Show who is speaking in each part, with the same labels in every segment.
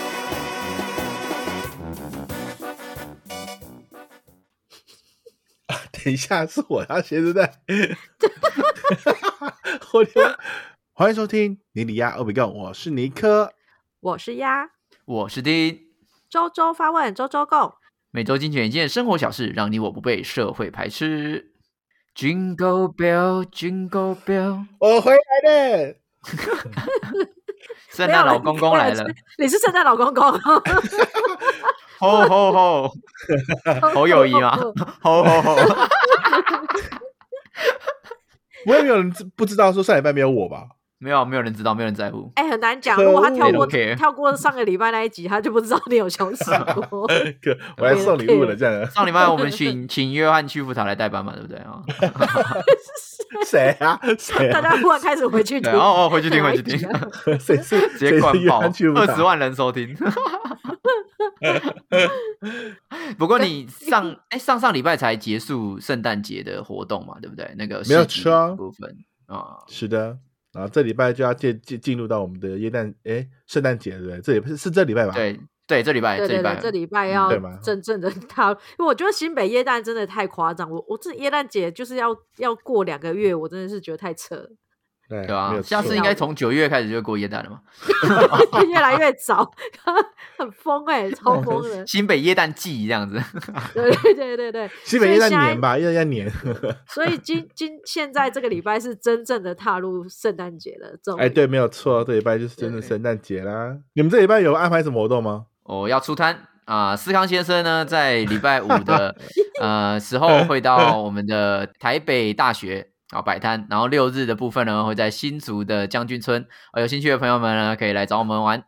Speaker 1: 等一下是我要鞋子带。我天啊！ 欢迎收听尼里亚欧比贡，我是尼克。
Speaker 2: 我是鸭，
Speaker 3: 我是丁，
Speaker 2: 周周发问，周周共。
Speaker 3: 每周精选一件生活小事，让你我不被社会排斥。Jingle bell, jingle bell，
Speaker 1: 我回来了，
Speaker 3: 圣诞老公公来了，
Speaker 2: 你是圣诞老 公公，
Speaker 3: 吼吼吼！侯友谊吗？吼吼吼！
Speaker 1: 我也没有人知不知道说上礼拜没有我吧？
Speaker 3: 没有，没有人知道，没有人在乎。
Speaker 2: 哎，很难讲。
Speaker 1: 可恶
Speaker 2: 如果他跳过
Speaker 3: They don't care
Speaker 2: 跳过上个礼拜那一集，他就不知道你有消息 过。
Speaker 1: 可我来送礼物了，这样
Speaker 3: 上礼拜我们请请约翰屈服塔来代班嘛，对不对啊？
Speaker 1: 谁 啊？谁
Speaker 2: 大
Speaker 1: 啊？
Speaker 2: 家忽然开始回去听
Speaker 3: 对，，哦哦，回去听，回去听，
Speaker 2: 哪一集啊
Speaker 1: 谁是
Speaker 3: 直
Speaker 1: 谁
Speaker 3: 接灌
Speaker 1: 是约
Speaker 3: 爆，
Speaker 1: 翰去不
Speaker 3: 二十
Speaker 1: 打？
Speaker 3: 万人收听。 不过你上哎上上礼拜才结束圣诞节的活动嘛，对不对？那个
Speaker 1: 没有
Speaker 3: 市集
Speaker 1: 吃啊
Speaker 3: 部分啊，
Speaker 1: 是的。然后这礼拜就要进进进入到我们的耶诞哎圣诞节对不对？这礼拜是是这礼拜吧？
Speaker 3: 对对，这礼拜
Speaker 2: 对
Speaker 3: 这
Speaker 2: 对
Speaker 3: 礼
Speaker 2: 对
Speaker 3: 拜，
Speaker 2: 这礼拜
Speaker 3: 嗯
Speaker 2: 要
Speaker 1: 对吗
Speaker 2: 真正的踏入，因为我觉得新北耶诞真的太夸张，我我这耶诞节就是要要过两个月，我真的是觉得太 扯了，
Speaker 1: 对
Speaker 3: 对啊
Speaker 1: 没有，
Speaker 3: 下
Speaker 1: 错
Speaker 3: 次应该从九月开始就过耶诞了嘛。，
Speaker 2: 越来越早， 很疯哎、超疯 的
Speaker 3: 新北耶诞季这样子，
Speaker 2: 对对对对对，
Speaker 1: 西北耶诞
Speaker 2: 所以现在
Speaker 1: 年吧，耶诞年。
Speaker 2: 所以今今现在这个礼拜是真正的踏入圣诞节了，终于
Speaker 1: 哎，对，没有错，这礼拜就是真的
Speaker 3: 对
Speaker 1: 圣诞节啦。你们这礼拜有安排什么活动吗？
Speaker 3: 我哦要出摊啊、思康先生呢，在礼拜五 的呃时候会到我们的台北大学啊摆摊，然后六日的部分呢会在新竹的将军村，呃有兴趣的朋友们呢可以来找我们玩。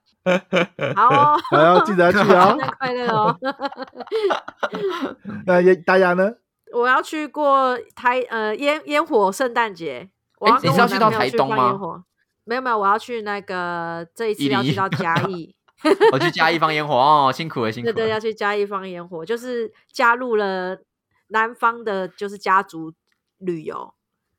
Speaker 2: 好哦，
Speaker 1: 然后记得要去哦
Speaker 2: 圣。诞快乐哦！
Speaker 1: 那也大家呢？
Speaker 2: 我要去过台呃烟烟火圣诞节，我要
Speaker 3: 诶
Speaker 2: 跟
Speaker 1: 你
Speaker 2: 我
Speaker 1: 是要去
Speaker 2: 男
Speaker 1: 到
Speaker 2: 朋友
Speaker 3: 台东
Speaker 2: 放
Speaker 3: 吗
Speaker 2: 烟火？没有没有，我要去那个这一次要去 到嘉义，
Speaker 3: 我去嘉义放烟火哦，辛苦了，辛苦
Speaker 2: 对
Speaker 3: 了。
Speaker 2: 对，要去嘉义放烟火，就是加入了南方的，就是家族旅游。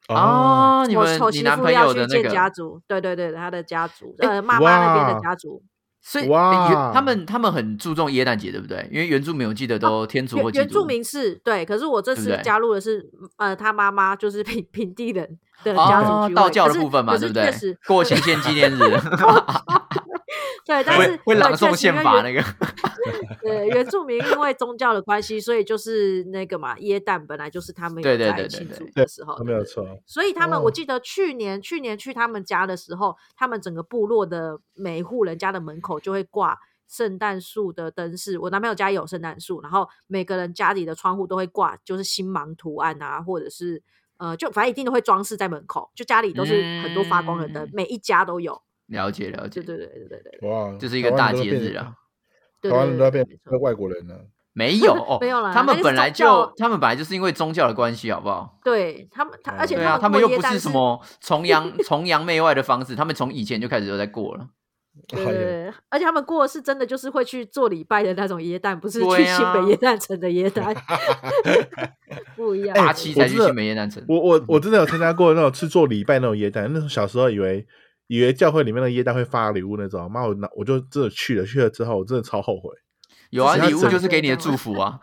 Speaker 3: 哦，你
Speaker 2: 我
Speaker 3: 们
Speaker 2: 我
Speaker 3: 你
Speaker 2: 媳
Speaker 3: 男
Speaker 2: 妇
Speaker 3: 朋
Speaker 2: 要
Speaker 3: 友
Speaker 2: 去
Speaker 3: 的那
Speaker 2: 见家
Speaker 3: 个，哎
Speaker 2: 族，对对对，他的家族，
Speaker 3: 诶
Speaker 2: 呃，妈妈那边
Speaker 1: 哇
Speaker 2: 的家族，
Speaker 3: 所以
Speaker 1: 哇
Speaker 3: 诶原他们他们很注重耶诞节，对不对？因为原住民我记得都天主
Speaker 2: 啊原
Speaker 3: 或基
Speaker 2: 原
Speaker 3: 督
Speaker 2: 住民是对，可是我这
Speaker 3: 对不
Speaker 2: 次
Speaker 3: 对
Speaker 2: 加入的是呃，他妈妈就是平平地人的家族
Speaker 3: 哦
Speaker 2: 聚会，
Speaker 3: 道教
Speaker 2: 可
Speaker 3: 的
Speaker 2: 是
Speaker 3: 部分嘛，
Speaker 2: 可
Speaker 3: 对
Speaker 2: 是
Speaker 3: 不
Speaker 2: 确
Speaker 3: 对
Speaker 2: 实？
Speaker 3: 过行宪纪念日，
Speaker 2: 对， 但
Speaker 3: 会
Speaker 2: 是
Speaker 3: 会
Speaker 2: 对
Speaker 3: 朗诵
Speaker 2: 确实因
Speaker 3: 宪
Speaker 2: 为
Speaker 3: 法
Speaker 2: 原
Speaker 3: 那个。
Speaker 2: 对原住民因为宗教的关系，所以就是那个嘛，耶诞本来就是他们有
Speaker 3: 对对
Speaker 2: 在
Speaker 3: 对对
Speaker 2: 庆
Speaker 3: 对
Speaker 2: 祝
Speaker 1: 对
Speaker 2: 的时候，
Speaker 1: 没
Speaker 2: 对
Speaker 1: 有
Speaker 2: 对
Speaker 1: 错。
Speaker 2: 所以他们，
Speaker 1: 哦
Speaker 2: 我记得去年去年去他们家的时候，他们整个部落的每一户人家的门口就会挂圣诞树的灯饰。我男朋友家也有圣诞树，然后每个人家里的窗户都会挂，就是星芒图案啊，或者是呃，就反正一定都会装饰在门口，就家里都是很多发光的灯，
Speaker 3: 嗯
Speaker 2: 每一家都有。
Speaker 3: 了解了解
Speaker 2: 对，对对对对对
Speaker 1: 哇，
Speaker 3: 就是一个大节日啊。
Speaker 2: 对，
Speaker 1: 台湾人都要变
Speaker 2: 没错，
Speaker 1: 成外国人了。
Speaker 3: 没有哦
Speaker 2: 没有啦
Speaker 3: 他
Speaker 2: 那
Speaker 3: 们
Speaker 2: 个
Speaker 3: 本
Speaker 2: 是
Speaker 3: 来就
Speaker 2: 宗教
Speaker 3: 他们本来就是因为宗教的关系，好不好？
Speaker 2: 对他们，他而且
Speaker 3: 对
Speaker 2: 他
Speaker 3: 啊，
Speaker 2: 们
Speaker 3: 他们
Speaker 2: 过
Speaker 3: 又
Speaker 2: 耶
Speaker 3: 不
Speaker 2: 诞
Speaker 3: 是什么崇洋 崇洋媚外的方式，他们从以前就开始就在过了。
Speaker 2: 对
Speaker 1: 哎
Speaker 2: 对
Speaker 1: 呦
Speaker 2: 对，而且他们过的是真的，就是会去做礼拜的那种耶诞，不是
Speaker 3: 对
Speaker 2: 去
Speaker 3: 啊
Speaker 2: 新北耶诞城的 耶诞，不一样。
Speaker 3: 八七
Speaker 1: 哎我
Speaker 3: 才去
Speaker 1: 真的
Speaker 3: 新美耶诞城，
Speaker 1: 我我我真的有参加过那种去做礼拜那种耶诞，那种小时候以为以为教会里面的耶诞会发礼物那种，妈我拿我就真的去了，去了之后我真的超后悔，
Speaker 3: 有啊，
Speaker 1: 只是
Speaker 3: 礼物
Speaker 1: 他
Speaker 3: 就是给你的
Speaker 2: 整
Speaker 3: 祝
Speaker 2: 个
Speaker 3: 福 啊，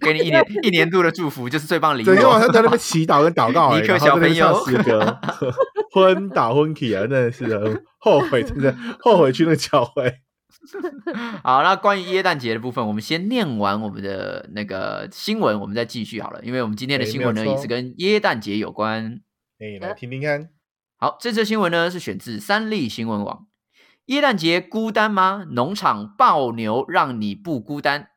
Speaker 3: 给你一年一年度的祝福，就是最棒的礼
Speaker 1: 整
Speaker 3: 物
Speaker 1: 天晚上在那
Speaker 3: 哦。
Speaker 1: 边祈祷跟祷告、欸，
Speaker 3: 尼克
Speaker 1: 然后在那边
Speaker 3: 小
Speaker 1: 唱
Speaker 3: 朋
Speaker 1: 诗歌， 昏倒昏体啊，真的是很后悔，真的后悔去那个教会。哎
Speaker 3: 好，那关于耶诞节的部分，我们先念完我们的那个新闻，我们再继续好了，因为我们今天的
Speaker 1: 哎
Speaker 3: 新
Speaker 1: 没有
Speaker 3: 闻呢也
Speaker 1: 错
Speaker 3: 是跟耶诞节有关。
Speaker 1: 哎、来听听 看，
Speaker 3: 好，这则新闻呢是选自三立新闻网。耶诞节孤单吗？农场爆牛让你不孤单。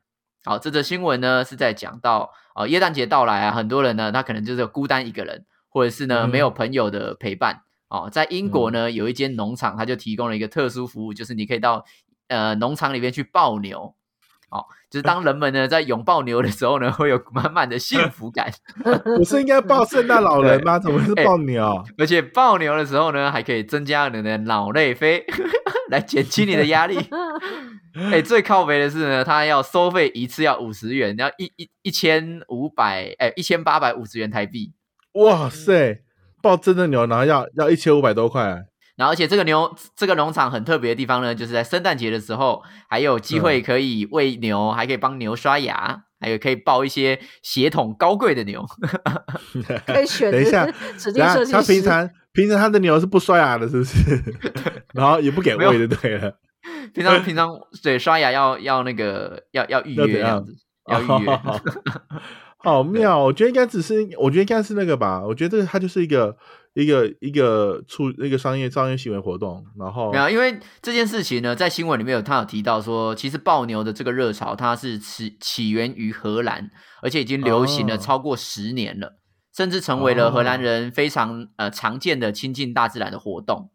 Speaker 3: 好，这则新闻呢是在讲到呃耶诞节到来啊，很多人呢他可能就是孤单一个人，或者是呢
Speaker 1: 嗯
Speaker 3: 没有朋友的陪伴。哦，在英国呢有一间农场，它就提供了一个特殊服务，就是你可以到呃农场里面去抱牛。哦，就是当人们呢在拥抱牛的时候呢，会有满满的幸福感。
Speaker 1: 不是应该抱圣诞老人
Speaker 3: 哎
Speaker 1: 吗？怎么是抱鸟？
Speaker 3: 而且抱牛的时候呢，还可以增加你的脑内啡， 来减轻你的压力。哎、最靠北的是呢，它要收费一次要五十元，然后一一一千五百，哎，一千八百五十元台币。
Speaker 1: 哇塞，抱真的牛，然后要要一千五百多块，
Speaker 3: 然后，而且这个牛这个农场很特别的地
Speaker 1: 嗯
Speaker 3: 方呢，就是在圣诞节的时候，还有机会可以喂牛，还可以帮牛刷牙。还有可以抱一些血统高贵的牛。
Speaker 2: 可以选
Speaker 1: 等一 下，
Speaker 2: 指定
Speaker 1: 然
Speaker 2: 设
Speaker 1: 后
Speaker 2: 计师。
Speaker 1: 他平常平常他的牛是不刷牙的，是不 是？然后也不给
Speaker 3: 没有
Speaker 1: 喂就对了。
Speaker 3: 平常平常对刷牙要要那个要要预
Speaker 1: 要
Speaker 3: 约
Speaker 1: 怎
Speaker 3: 这样
Speaker 1: 样
Speaker 3: 子，要预约。
Speaker 1: 好妙哦！我觉得应该只是，我觉得应该是那个吧。我觉得这个它就是一个一个一个促一个商业商业行为活动，然后
Speaker 3: 没有，因为这件事情呢，在新闻里面有他有提到说，其实暴牛的这个热潮，它是起起源于荷兰，而且已经流行了
Speaker 1: 哦
Speaker 3: 超过十年了，甚至成为了荷兰
Speaker 1: 哦
Speaker 3: 人非常呃常见的亲近大自然的活动。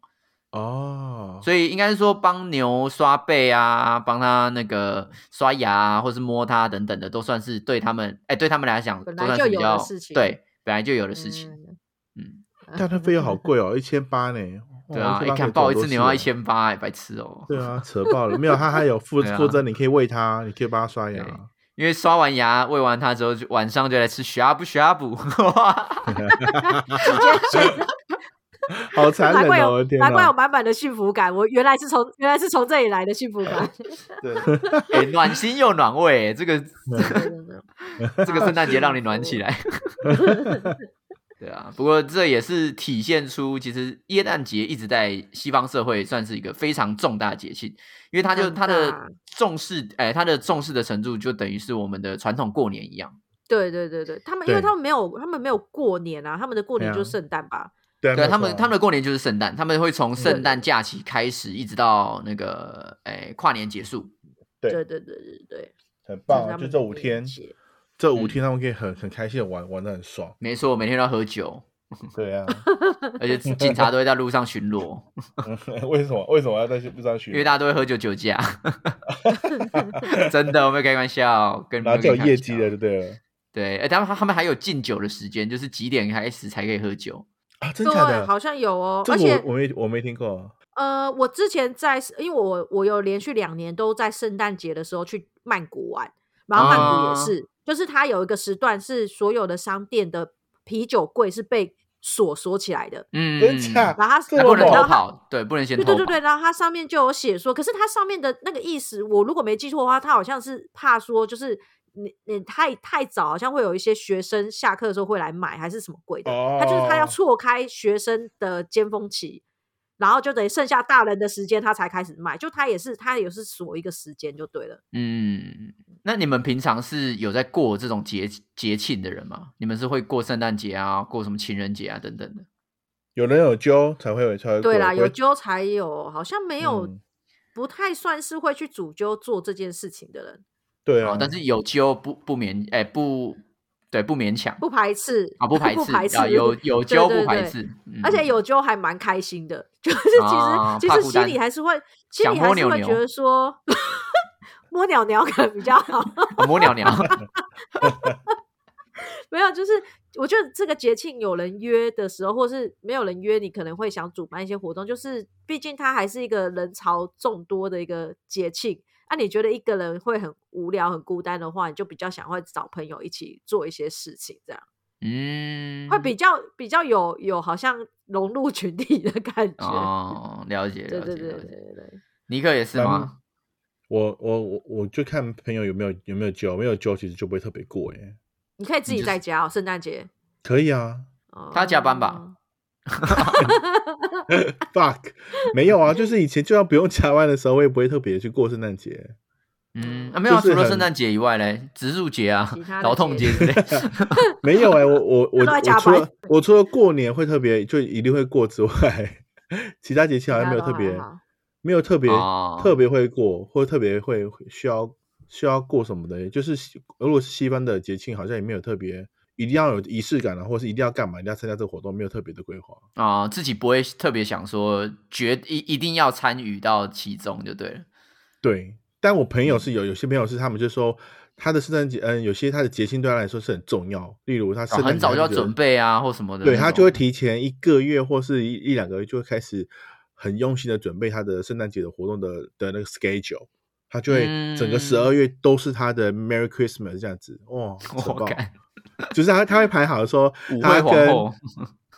Speaker 1: 哦，
Speaker 3: 所以应该是说，帮牛刷背啊，帮它那个刷牙啊，或是摸它等等的，都算是对他们，哎，对他们来讲，
Speaker 2: 本
Speaker 3: 都
Speaker 2: 来
Speaker 3: 算是
Speaker 2: 就
Speaker 3: 比
Speaker 2: 有
Speaker 3: 较
Speaker 2: 的事情
Speaker 3: 对，本来就有的事情。嗯
Speaker 2: 嗯，
Speaker 1: 但它费用好贵哦，一千八呢。
Speaker 3: 对
Speaker 1: 哇
Speaker 3: 啊，
Speaker 1: 一
Speaker 3: 一
Speaker 1: 千八可
Speaker 3: 看
Speaker 1: 以做
Speaker 3: 抱
Speaker 1: 好
Speaker 3: 一
Speaker 1: 多
Speaker 3: 只牛
Speaker 1: 事
Speaker 3: 要
Speaker 1: 哦
Speaker 3: 一千八，白痴哦。
Speaker 1: 对啊，扯爆了！没有，它还有 附
Speaker 3: 对啊
Speaker 1: 附赠，你可以喂它，你可以帮它刷
Speaker 3: 对
Speaker 1: 牙。
Speaker 3: 因为刷完牙、喂完它之后，就晚上就来吃呷哺呷哺，
Speaker 2: 直接选择，
Speaker 1: 好残
Speaker 2: 难怪
Speaker 1: 忍哦！我
Speaker 2: 有
Speaker 1: 的天
Speaker 2: 难怪有
Speaker 1: 哪，
Speaker 2: 满满的幸福感。我原来是从原来是从这里来的幸福 感。
Speaker 3: 哎、暖心又暖胃，这个这个圣诞节让你暖起 来。对啊，不过这也是体现出，其实耶诞节一直在西方社会算是一个非常重大节庆，因为它就
Speaker 2: 很
Speaker 3: 它的
Speaker 2: 大
Speaker 3: 重视，哎、它的重视的程度就等于是我们的传统过年一样。
Speaker 2: 对对对对，他们因为
Speaker 1: 对
Speaker 2: 他们没有他们没有过年啊，他们的过年
Speaker 1: 对啊
Speaker 2: 就是圣诞吧。
Speaker 1: 对啊没
Speaker 3: 对
Speaker 1: 有
Speaker 3: 他们，
Speaker 1: 错啊
Speaker 3: 他们的过年就是圣诞，他们会从圣
Speaker 2: 对
Speaker 3: 诞假期开始，一直到那个哎、跨年结束。
Speaker 1: 对
Speaker 2: 对对对对对，
Speaker 1: 很
Speaker 2: 这是
Speaker 1: 棒啊，
Speaker 2: 他
Speaker 1: 就
Speaker 2: 们
Speaker 1: 这
Speaker 2: 的
Speaker 1: 五
Speaker 2: 年
Speaker 1: 天，
Speaker 2: 节
Speaker 1: 这
Speaker 3: 嗯
Speaker 1: 五天他们可以很很开心的玩，玩的很爽。
Speaker 3: 没错，每天都要喝酒，
Speaker 1: 对啊，
Speaker 3: 而且警察都会在路上巡逻，
Speaker 1: 为什么为什么要在路上去？
Speaker 3: 因为大家都会喝酒酒 驾。真的，我没有开玩笑，跟
Speaker 1: 然后就有业绩。
Speaker 3: 没有开玩
Speaker 1: 了，
Speaker 3: 笑
Speaker 1: 就对了
Speaker 3: 对，哎，他们他们还有禁酒的时间，就是几点开始才可以喝酒？
Speaker 1: 啊，真假
Speaker 2: 对，好
Speaker 1: 的？
Speaker 2: 像有哦，
Speaker 1: 这
Speaker 2: 而
Speaker 1: 个
Speaker 2: 且
Speaker 1: 我我没我没听过。
Speaker 2: 呃，我之前在，因为我我有连续两年都在圣诞节的时候去曼谷玩，然后曼谷
Speaker 3: 啊
Speaker 2: 也是，就是它有一个时段是所有的商店的啤酒柜是被锁锁起来的，
Speaker 3: 嗯，
Speaker 1: 真假
Speaker 2: 然后它
Speaker 1: 这
Speaker 3: 还
Speaker 1: 么
Speaker 3: 不
Speaker 2: 然
Speaker 3: 能
Speaker 1: 猛啊
Speaker 2: 后
Speaker 3: 偷
Speaker 2: 它
Speaker 3: 跑，对，不能先
Speaker 2: 对
Speaker 3: 偷
Speaker 2: 对
Speaker 3: 跑。
Speaker 2: 对对，然后它上面就有写说，可是它上面的那个意思，我如果没记错的话，它好像是怕说就是你你太太早，好像会有一些学生下课的时候会来买，还是什么鬼的。
Speaker 1: 哦，
Speaker 2: 他就是他要错开学生的尖峰期，然后就等于剩下大人的时间，他才开始卖。就他也是他也是锁一个时间就对了。
Speaker 3: 嗯，那你们平常是有在过这种节节庆的人吗？你们是会过圣诞节啊，过什么情人节啊等等的？
Speaker 1: 有人有揪才会有才会
Speaker 2: 对
Speaker 1: 过
Speaker 2: 啦，
Speaker 1: 不会
Speaker 2: 有揪才有，好像没有、
Speaker 1: 嗯
Speaker 2: 不太算是会去主揪做这件事情的人，
Speaker 1: 对
Speaker 3: 哦
Speaker 1: 啊，，
Speaker 3: 但是有揪不不勉，哎，不对，不勉强。
Speaker 2: 不排斥
Speaker 3: 啊，不排斥，
Speaker 2: 不排斥
Speaker 3: 啊、有有揪
Speaker 2: 对
Speaker 3: 不
Speaker 2: 对
Speaker 3: 排
Speaker 2: 对
Speaker 3: 斥，嗯
Speaker 2: 而且有揪还蛮开心的， 就是其实、
Speaker 3: 啊
Speaker 2: 其
Speaker 3: 怕
Speaker 2: 实
Speaker 3: 孤
Speaker 2: 心
Speaker 3: 单
Speaker 2: 里还是会，心
Speaker 3: 想
Speaker 2: 里
Speaker 3: 摸
Speaker 2: 还是
Speaker 3: 牛
Speaker 2: 会
Speaker 3: 牛
Speaker 2: 觉得说 摸鸟鸟可能比较好，
Speaker 3: 啊摸鸟鸟，
Speaker 2: 没有，就是我觉得这个节庆有人约的时候，或是没有人约，你可能会想主办一些活动，就是毕竟它还是一个人潮众多的一个节庆。那、你觉得一个人会很无聊、很孤单的话，你就比较想会找朋友一起做一些事情，这样
Speaker 3: 嗯，
Speaker 2: 会比较比较有有好像融入群体的感觉。
Speaker 3: 哦，了解
Speaker 2: 对
Speaker 3: 了解
Speaker 2: 对对
Speaker 3: 了
Speaker 2: 对
Speaker 3: 解。
Speaker 2: 对对，
Speaker 3: 尼克也是
Speaker 1: 咱们
Speaker 3: 吗？
Speaker 1: 我我我我就看朋友有没有有没有揪，没有揪其实就不会特别过哎。
Speaker 2: 你可以自
Speaker 3: 你就
Speaker 2: 己
Speaker 3: 是
Speaker 2: 在家哦，圣诞节。
Speaker 1: 可以啊
Speaker 3: 他加班吧
Speaker 2: 哦？
Speaker 1: ，fuck，没 有啊，就是以前就算不用加班的时候，我也不会特别去过圣诞节。
Speaker 3: 嗯，啊没有啊，
Speaker 1: 就是
Speaker 3: 除了
Speaker 1: 很
Speaker 3: 圣诞节以外嘞，植入节啊
Speaker 2: 其他，的
Speaker 3: 劳动节之
Speaker 2: 节
Speaker 3: 类。
Speaker 1: 没有哎、我我我
Speaker 2: 他都在
Speaker 1: 我
Speaker 2: 加
Speaker 1: 除
Speaker 2: 班
Speaker 1: 了我除了过年会特别就一定会过之外， 其他节
Speaker 2: 其
Speaker 1: 庆好像
Speaker 2: 他
Speaker 1: 没有
Speaker 2: 都
Speaker 1: 特
Speaker 2: 还
Speaker 1: 别
Speaker 2: 啊好
Speaker 1: 没有特别、
Speaker 3: 哦
Speaker 1: 特别会过，或特别会会需要需要过什么的，就是西如果是西方的节庆，好像也没有特别一定要有仪式感啊，或是一定要干嘛，一定要参加这个活动，没有特别的规划。
Speaker 3: 啊、自己不会特别想说，决一一定要参与到其中就对了。
Speaker 1: 对，但我朋友是
Speaker 3: 嗯
Speaker 1: 有有些朋友是他们就说他的圣诞节，嗯，有些他的节庆对他来说是很重要，例如他
Speaker 3: 哦
Speaker 1: 圣诞、
Speaker 3: 很早就要准。备啊，或什么的那
Speaker 1: 对
Speaker 3: 种。
Speaker 1: 他就会提前一个月或是一一两个月就会开始很用心的准备他的圣诞节的活动的的那个 schedule，他就会整个
Speaker 3: 嗯
Speaker 1: 十二月都是他的 Merry Christmas 这样子， 哇，扯
Speaker 3: 我
Speaker 1: 爆！
Speaker 3: 干
Speaker 1: 就是他他会排好说
Speaker 3: 舞
Speaker 1: 他
Speaker 3: 会皇
Speaker 1: 跟
Speaker 3: 后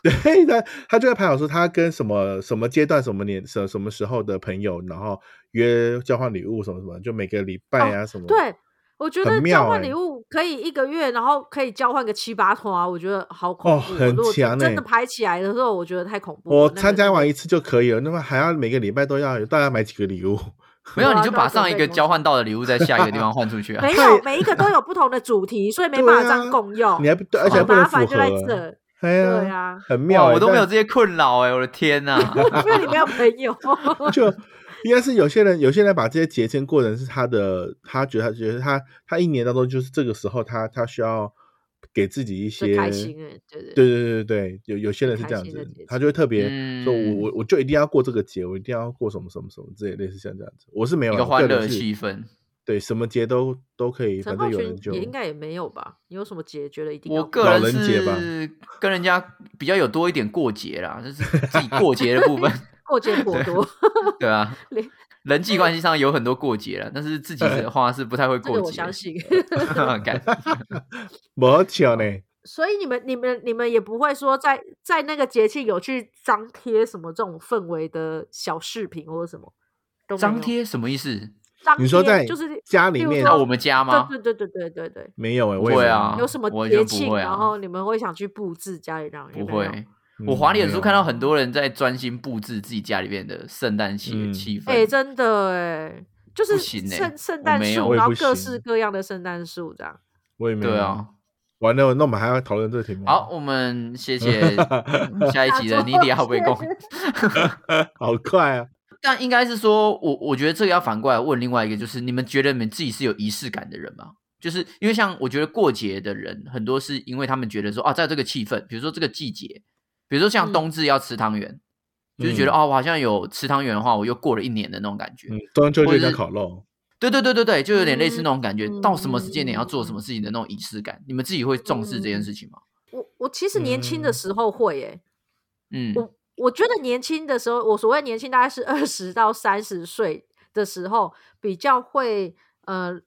Speaker 1: 对他他就会排好说他跟什么什么阶段什么年什什么时候的朋友，然后约交换礼物什么什么，就每个礼拜啊什么，
Speaker 2: 哦对我觉
Speaker 1: 很
Speaker 2: 得
Speaker 1: 妙
Speaker 2: 交换
Speaker 1: 欸
Speaker 2: 礼物可以一个月，然后可以交换个七八团啊，我觉得好恐怖
Speaker 1: 哦
Speaker 2: 哦。
Speaker 1: 很
Speaker 2: 如果
Speaker 1: 强
Speaker 2: 真的
Speaker 1: 欸
Speaker 2: 排起来的时候，我觉得太恐怖了。
Speaker 1: 我
Speaker 2: 那个
Speaker 1: 参加完一次就可以了，那么还要每个礼拜都要有大家买几个礼物？
Speaker 3: 没有
Speaker 2: 对啊
Speaker 3: 你就
Speaker 2: 那
Speaker 3: 把
Speaker 2: 要准
Speaker 3: 上一
Speaker 2: 备
Speaker 3: 个
Speaker 2: 东
Speaker 3: 交
Speaker 2: 西
Speaker 3: 换到的礼物在下一个地方换出去啊
Speaker 2: 没。
Speaker 1: 太
Speaker 2: 有每一个都有不同的主题，所以没
Speaker 1: 对
Speaker 2: 办法这样
Speaker 1: 啊
Speaker 2: 共用。
Speaker 1: 你还不对，而且还
Speaker 2: 哦好
Speaker 1: 不能
Speaker 2: 麻
Speaker 1: 复
Speaker 2: 烦就在
Speaker 1: 合。
Speaker 2: 这，
Speaker 1: 哎
Speaker 2: 对
Speaker 1: 呀，
Speaker 2: 啊，
Speaker 1: 很 妙
Speaker 3: 哇，哦
Speaker 1: 欸。
Speaker 3: 我都没有
Speaker 1: 但
Speaker 3: 这些困扰哎、我的天 呐、
Speaker 2: 因啊为你没有朋友。
Speaker 1: 就 应该是有些人，有些人把这些节庆过成是他的，他觉得他觉得他他一年当中就是这个时候他，他需要给自己一
Speaker 2: 最
Speaker 1: 些
Speaker 2: 开心哎，对对
Speaker 1: 对对对对，有有些人是
Speaker 2: 开
Speaker 1: 这样
Speaker 2: 心的
Speaker 1: 子
Speaker 2: 节，
Speaker 1: 他就会特别说我，
Speaker 3: 嗯
Speaker 1: 我我就一定要过这个节，我一定要过什么什么什么之类，类似像这样子。我是没有
Speaker 3: 一
Speaker 1: 啦，
Speaker 3: 个
Speaker 1: 我
Speaker 3: 欢
Speaker 1: 人
Speaker 3: 乐的
Speaker 1: 啊是
Speaker 3: 气氛。
Speaker 1: 对，什么节都都可以，
Speaker 2: 陈
Speaker 1: 反
Speaker 2: 浩
Speaker 1: 正有人就
Speaker 2: 群也应该也没有吧？你有什么节觉得一定要
Speaker 3: 我
Speaker 2: 过？
Speaker 3: 个
Speaker 1: 老
Speaker 3: 人
Speaker 1: 人节吧
Speaker 3: 是跟人家比较有多一点过节啦，就是自己过节的部 分，
Speaker 2: 过节颇多，
Speaker 3: 对啊
Speaker 2: 连，
Speaker 3: 人际关系上有很多过节了，但是自己的话是不太会
Speaker 2: 这
Speaker 3: 过
Speaker 2: 个我
Speaker 3: 节
Speaker 2: 相。信。
Speaker 3: 干
Speaker 1: 没巧
Speaker 2: 哦
Speaker 1: 呢，
Speaker 2: 所以你们、你们、你们也不会说在在那个节庆有去张贴什么这种氛围的小饰品或者什么？都没有
Speaker 3: 张，贴什么意 思？
Speaker 2: 张
Speaker 1: 你说
Speaker 2: 贴
Speaker 1: 在
Speaker 2: 就是
Speaker 1: 家里
Speaker 2: 例如
Speaker 1: 面
Speaker 2: 说
Speaker 3: 在我们家吗？
Speaker 2: 对对对对对对
Speaker 1: 没有哎，
Speaker 3: 不
Speaker 1: 我也
Speaker 3: 会
Speaker 1: 没
Speaker 3: 啊
Speaker 2: 对，有什么
Speaker 3: 我完全
Speaker 2: 节
Speaker 3: 不
Speaker 2: 庆，
Speaker 3: 会啊
Speaker 2: 然后你们会想去布置家里让
Speaker 3: 不会。我
Speaker 1: 嗯
Speaker 3: 滑脸
Speaker 1: 没
Speaker 3: 书
Speaker 1: 有
Speaker 3: 看到很多人在专心布置自己家里面的圣诞气
Speaker 1: 嗯
Speaker 3: 气氛。
Speaker 2: 哎、真的哎、就是
Speaker 3: 不行欸
Speaker 2: 圣圣
Speaker 3: 我
Speaker 2: 诞
Speaker 3: 没有
Speaker 2: 树，
Speaker 1: 我也
Speaker 2: 然后
Speaker 1: 不行
Speaker 2: 各式各样的圣诞树这样。
Speaker 1: 我也没有。
Speaker 3: 对啊，，
Speaker 1: 完了，那我们还要讨论这个题目？
Speaker 3: 好，，我们谢 谢下一集的妮 迪要被攻。
Speaker 1: 好快啊！
Speaker 3: 但应该是说，我我觉得这个要反过来问另外一个，就是你们觉得你们自己是有仪式感的人吗？就是因为像我觉得过节的人很多是因为他们觉得说啊，在这个气氛，比如说这个季节，比如说像
Speaker 2: 嗯
Speaker 3: 冬至要吃汤圆，就是觉得
Speaker 1: 嗯
Speaker 3: 哦，我好像有吃汤圆的话，我又过了一年的那种感觉。
Speaker 1: 嗯，中秋
Speaker 3: 或
Speaker 1: 节
Speaker 3: 者
Speaker 1: 跟
Speaker 3: 是
Speaker 1: 烤肉，
Speaker 3: 对对对对对，就有点类似那种感觉，
Speaker 2: 嗯
Speaker 3: 到什么时间点要
Speaker 2: 嗯
Speaker 3: 做什么事情的那种仪式感。你们自己会重视这件事情吗？
Speaker 2: 我我其实年轻的
Speaker 1: 嗯
Speaker 2: 时候会耶、
Speaker 3: 嗯，
Speaker 2: 我我觉得年轻的时候，我所谓年轻大概是二十到三十岁的时候，比较会呃，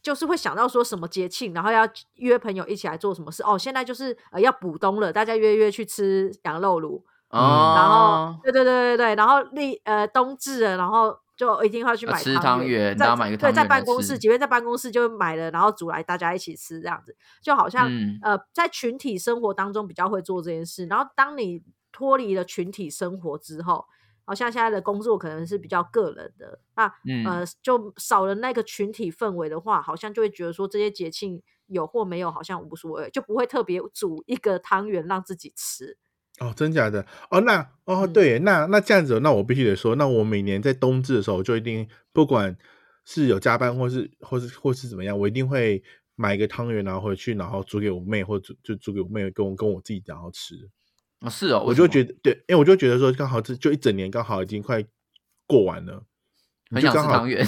Speaker 2: 就是会想到说什么节庆，然后要约朋友一起来做什么事。哦，现在就是呃要补冬了，大家约约去吃羊肉炉，然后
Speaker 3: 哦，
Speaker 2: 对对对对对，然后立呃冬至了，然后就一定要去
Speaker 3: 要
Speaker 2: 买
Speaker 3: 吃
Speaker 2: 汤
Speaker 3: 汤圆
Speaker 2: 圆在
Speaker 3: 大家买个
Speaker 2: 对，
Speaker 3: 汤
Speaker 2: 在
Speaker 3: 圆来
Speaker 2: 办公室，
Speaker 3: 吃
Speaker 2: 即便在办公室就买了，然后煮来大家一起吃这样子，就好像、
Speaker 3: 嗯
Speaker 2: 呃在群体生活当中比较会做这件事。然后当你脱离了群体生活之后，好像现在的工作可能是比较个人的，那
Speaker 3: 嗯，
Speaker 2: 呃就少了那个群体氛围的话，好像就会觉得说这些节庆。有或没有好像无所谓，就不会特别煮一个汤圆让自己吃。
Speaker 1: 哦，真假的哦，那哦
Speaker 2: 嗯
Speaker 1: 对耶，那那这样子，那我必须得说，那我每年在冬至的时候，我就一定不管是有加班或是或是或是怎么样，我一定会买一个汤圆，然后回去，然后煮给我妹，或者就煮给我妹跟我跟我自己，然后吃。
Speaker 3: 哦是哦，
Speaker 1: 我就觉
Speaker 3: 得
Speaker 1: 得对，因为我就觉得说，刚好这就一整年刚好已经快过完了，你
Speaker 3: 很
Speaker 1: 就
Speaker 3: 想吃
Speaker 1: 刚好
Speaker 3: 汤圆，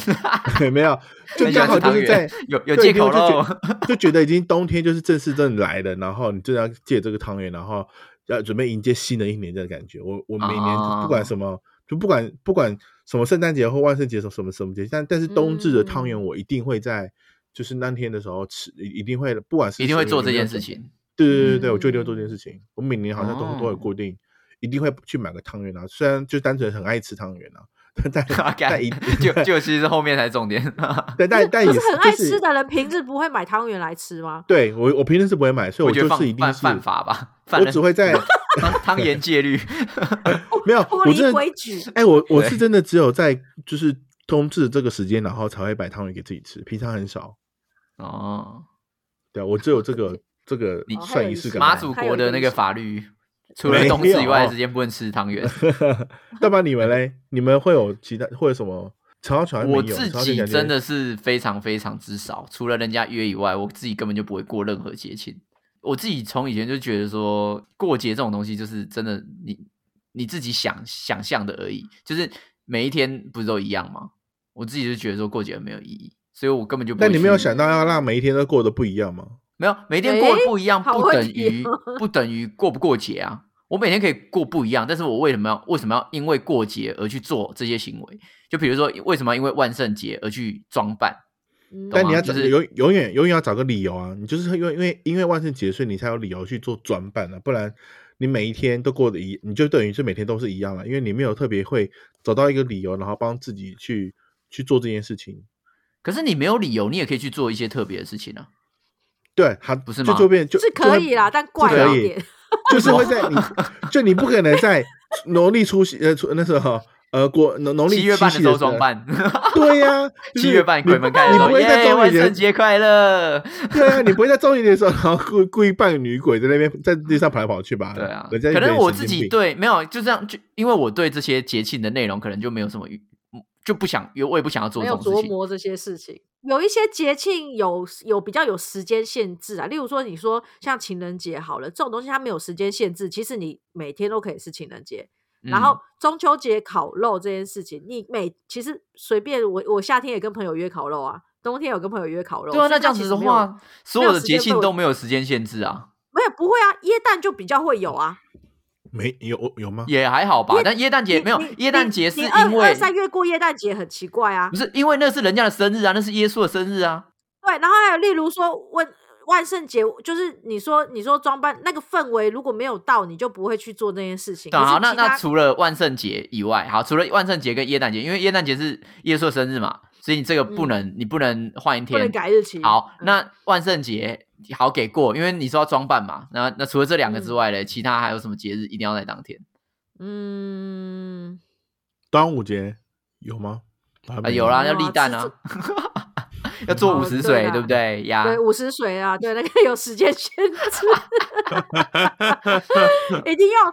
Speaker 1: 对， 没有，就
Speaker 3: 很想
Speaker 1: 刚好
Speaker 3: 吃
Speaker 1: 就
Speaker 3: 汤
Speaker 1: 是
Speaker 3: 圆
Speaker 1: 在，
Speaker 3: 有有
Speaker 1: 对
Speaker 3: 借
Speaker 1: 因为
Speaker 3: 口
Speaker 1: 就觉
Speaker 3: 喽。
Speaker 1: 就觉得已经冬天就是正式正来了，然后你就要借这个汤圆，然后要准备迎接新的一年的感觉。我我每年就不
Speaker 3: 啊
Speaker 1: 管什么，就不管不管什么圣诞节或万圣节什么什么什么节，但但是冬至的汤圆
Speaker 2: 嗯
Speaker 1: 我一定会在。就是那天的时候吃，一一定会，不管是
Speaker 3: 一定会
Speaker 1: 谁
Speaker 3: 做这
Speaker 1: 有没有
Speaker 3: 件
Speaker 1: 准
Speaker 3: 事
Speaker 1: 备。
Speaker 3: 情。
Speaker 1: 对对对对，我就一定会
Speaker 2: 嗯
Speaker 1: 做这件事情。我每年好像都会都
Speaker 3: 哦
Speaker 1: 会固定，一定会去买个汤圆啊。虽然就单纯很爱吃汤圆啊， 但但一
Speaker 3: 就就其实后面才是重点。
Speaker 1: 但但但
Speaker 2: 不
Speaker 1: 也
Speaker 2: 是
Speaker 1: 是
Speaker 2: 很爱
Speaker 1: 就是
Speaker 2: 吃的人，平日不会买汤圆来吃吗？
Speaker 1: 对我，我平时是不会买， 所以
Speaker 3: 我
Speaker 1: 我
Speaker 3: 觉得
Speaker 1: 就
Speaker 3: 犯
Speaker 1: 是一定
Speaker 3: 犯
Speaker 1: 是，
Speaker 3: 犯法吧，犯
Speaker 1: 我
Speaker 3: 了
Speaker 1: 只 会在
Speaker 3: 汤汤圆戒律。
Speaker 1: 没有，
Speaker 2: 脱
Speaker 1: 我
Speaker 2: 离
Speaker 1: 真的
Speaker 2: 规，矩
Speaker 1: 哎、我我是
Speaker 3: 对
Speaker 1: 真的只有在就是冬至这个时间，然后才会摆汤圆给自己吃，平常很少。
Speaker 3: 哦，
Speaker 1: 对啊，我只有 这个这个
Speaker 3: 你
Speaker 2: 哦还有
Speaker 1: 算
Speaker 2: 仪
Speaker 1: 仪式
Speaker 2: 式
Speaker 1: 感啊
Speaker 3: 妈
Speaker 1: 吧。
Speaker 3: 祖
Speaker 2: 还有
Speaker 3: 国
Speaker 2: 一个
Speaker 3: 的那
Speaker 2: 仪
Speaker 3: 个
Speaker 2: 式
Speaker 3: 法律，除了
Speaker 1: 没
Speaker 3: 冬至以外的
Speaker 1: 有哦
Speaker 3: 时间不能吃汤圆。
Speaker 1: 要不然你们嘞？你们会有其他会有什么？长桥
Speaker 3: 我自己真的是非常非常之少，除了人家约以外，我自己根本就不会过任何节庆。我自己从以前就觉得说，过节这种东西就是真的你你自己想想象的而已，就是每一天不是都一样吗？我自己就觉得说过节没有意义，所以我根本就不会
Speaker 1: 但你没有
Speaker 3: 去
Speaker 1: 想到要让每一天都过得不一样吗？
Speaker 3: 没有，每天过得
Speaker 2: 诶
Speaker 3: 不一样，
Speaker 2: 好
Speaker 3: 不
Speaker 2: 问
Speaker 3: 等
Speaker 2: 题哦
Speaker 3: 于不等于过不过节啊。我每天可以过不一样，但是我为什么要为什么要因为过节而去做这些行为？就比如说，为什么要因为万圣节而去装扮？
Speaker 2: 嗯
Speaker 1: 但你要
Speaker 3: 就
Speaker 1: 找
Speaker 3: 是
Speaker 1: 永永远永远要找个理由啊！你就是因为因为因为万圣节，所以你才有理由去做转版啊，不然你每一天都过得一，你就等于是每天都是一样了，因为你没有特别会找到一个理由，然后帮自己去去做这件事情。
Speaker 3: 可是你没有理由，你也可以去做一些特别的事情啊。
Speaker 1: 对，他
Speaker 3: 不是
Speaker 1: 就
Speaker 3: 吗
Speaker 1: 就变就是就
Speaker 2: 可
Speaker 1: 会
Speaker 2: 以啦，但怪
Speaker 1: 可
Speaker 2: 了
Speaker 1: 以
Speaker 2: 一点。
Speaker 1: 就是会在你就你不可能在农历除夕呃除那时候呃国农农历
Speaker 3: 七月半的
Speaker 1: 夕
Speaker 3: 时候
Speaker 1: 候
Speaker 3: 装扮，
Speaker 1: 对呀、 就是
Speaker 3: 七月半
Speaker 1: 你
Speaker 3: 鬼门开的
Speaker 1: 你
Speaker 3: 时候，
Speaker 1: 不会在
Speaker 3: 耶，
Speaker 1: 中
Speaker 3: 万
Speaker 1: 元
Speaker 3: 圣
Speaker 1: 节
Speaker 3: 节快乐！
Speaker 1: 对啊，你不会在中元节的时候，然后故故意扮女鬼在那边在地上跑来跑去吧？
Speaker 3: 对啊，
Speaker 1: 人家
Speaker 3: 可
Speaker 1: 就觉得
Speaker 3: 能
Speaker 1: 你
Speaker 3: 我
Speaker 1: 神
Speaker 3: 自
Speaker 1: 经
Speaker 3: 己
Speaker 1: 病
Speaker 3: 对没有就这样，就因为我对这些节庆的内容可能就没有什么欲，嗯就不想，我也不想要做
Speaker 2: 没
Speaker 3: 这
Speaker 2: 有
Speaker 3: 种事
Speaker 2: 琢
Speaker 3: 情。
Speaker 2: 磨这些事情。有一些节庆有有比较有时间限制啊，例如说你说像情人节好了，这种东西它没有时间限制，其实你每天都可以是情人节。然
Speaker 3: 嗯
Speaker 2: 后中秋节烤肉这件事情，你每其实随便我我夏天也跟朋友约烤肉啊，冬天有跟朋友约烤肉，
Speaker 3: 对啊，
Speaker 2: 所以
Speaker 3: 那
Speaker 2: 它
Speaker 3: 这样
Speaker 2: 其
Speaker 3: 子
Speaker 2: 实
Speaker 3: 的
Speaker 2: 没有
Speaker 3: 话，所
Speaker 2: 没
Speaker 3: 有
Speaker 2: 有
Speaker 3: 的
Speaker 2: 时
Speaker 3: 节
Speaker 2: 间
Speaker 3: 庆
Speaker 2: 氛围
Speaker 3: 都没有时间限制啊，
Speaker 2: 没有不会啊，耶诞就比较会有啊，
Speaker 1: 没有有吗？
Speaker 3: 也还好吧
Speaker 2: 耶。
Speaker 3: 但耶诞节
Speaker 2: 你
Speaker 3: 没有
Speaker 2: 你，
Speaker 3: 耶诞
Speaker 2: 你
Speaker 3: 节是
Speaker 2: 你二
Speaker 3: 因为
Speaker 2: 二三越过耶诞节很奇怪啊
Speaker 3: 不，是因为那是人家的生日啊，那是耶稣的生日啊。
Speaker 2: 对，然后还有例如说万万圣节，就是你说你说装扮那个氛围如果没有到，你就不会去做那件事情。
Speaker 3: 对啊，
Speaker 2: 可
Speaker 3: 好，
Speaker 2: 是
Speaker 3: 那
Speaker 2: 其
Speaker 3: 那
Speaker 2: 他
Speaker 3: 除了万圣节以外，好，除了万圣节跟耶诞节，因为耶诞节是耶稣的生日嘛，所以你这个不
Speaker 2: 嗯
Speaker 3: 能，你不能换一
Speaker 2: 不
Speaker 3: 天
Speaker 2: 能，改日期。
Speaker 3: 好，
Speaker 2: 嗯
Speaker 3: 那万圣节好给过，因为你说要装扮嘛。那那除了这两个之外嘞，其他还有什么节日一定要在当天？
Speaker 2: 嗯，
Speaker 1: 端午节有吗？啊
Speaker 3: 啊、有啦，
Speaker 2: 没
Speaker 3: 要
Speaker 2: 有啊
Speaker 3: 立蛋啊
Speaker 2: 吃，
Speaker 3: 要做
Speaker 2: 哦
Speaker 3: 五十
Speaker 2: 对
Speaker 3: 岁，
Speaker 2: 啦
Speaker 3: 对不对呀？
Speaker 2: 对，午时水啊，对，那个有时间限制， 一定要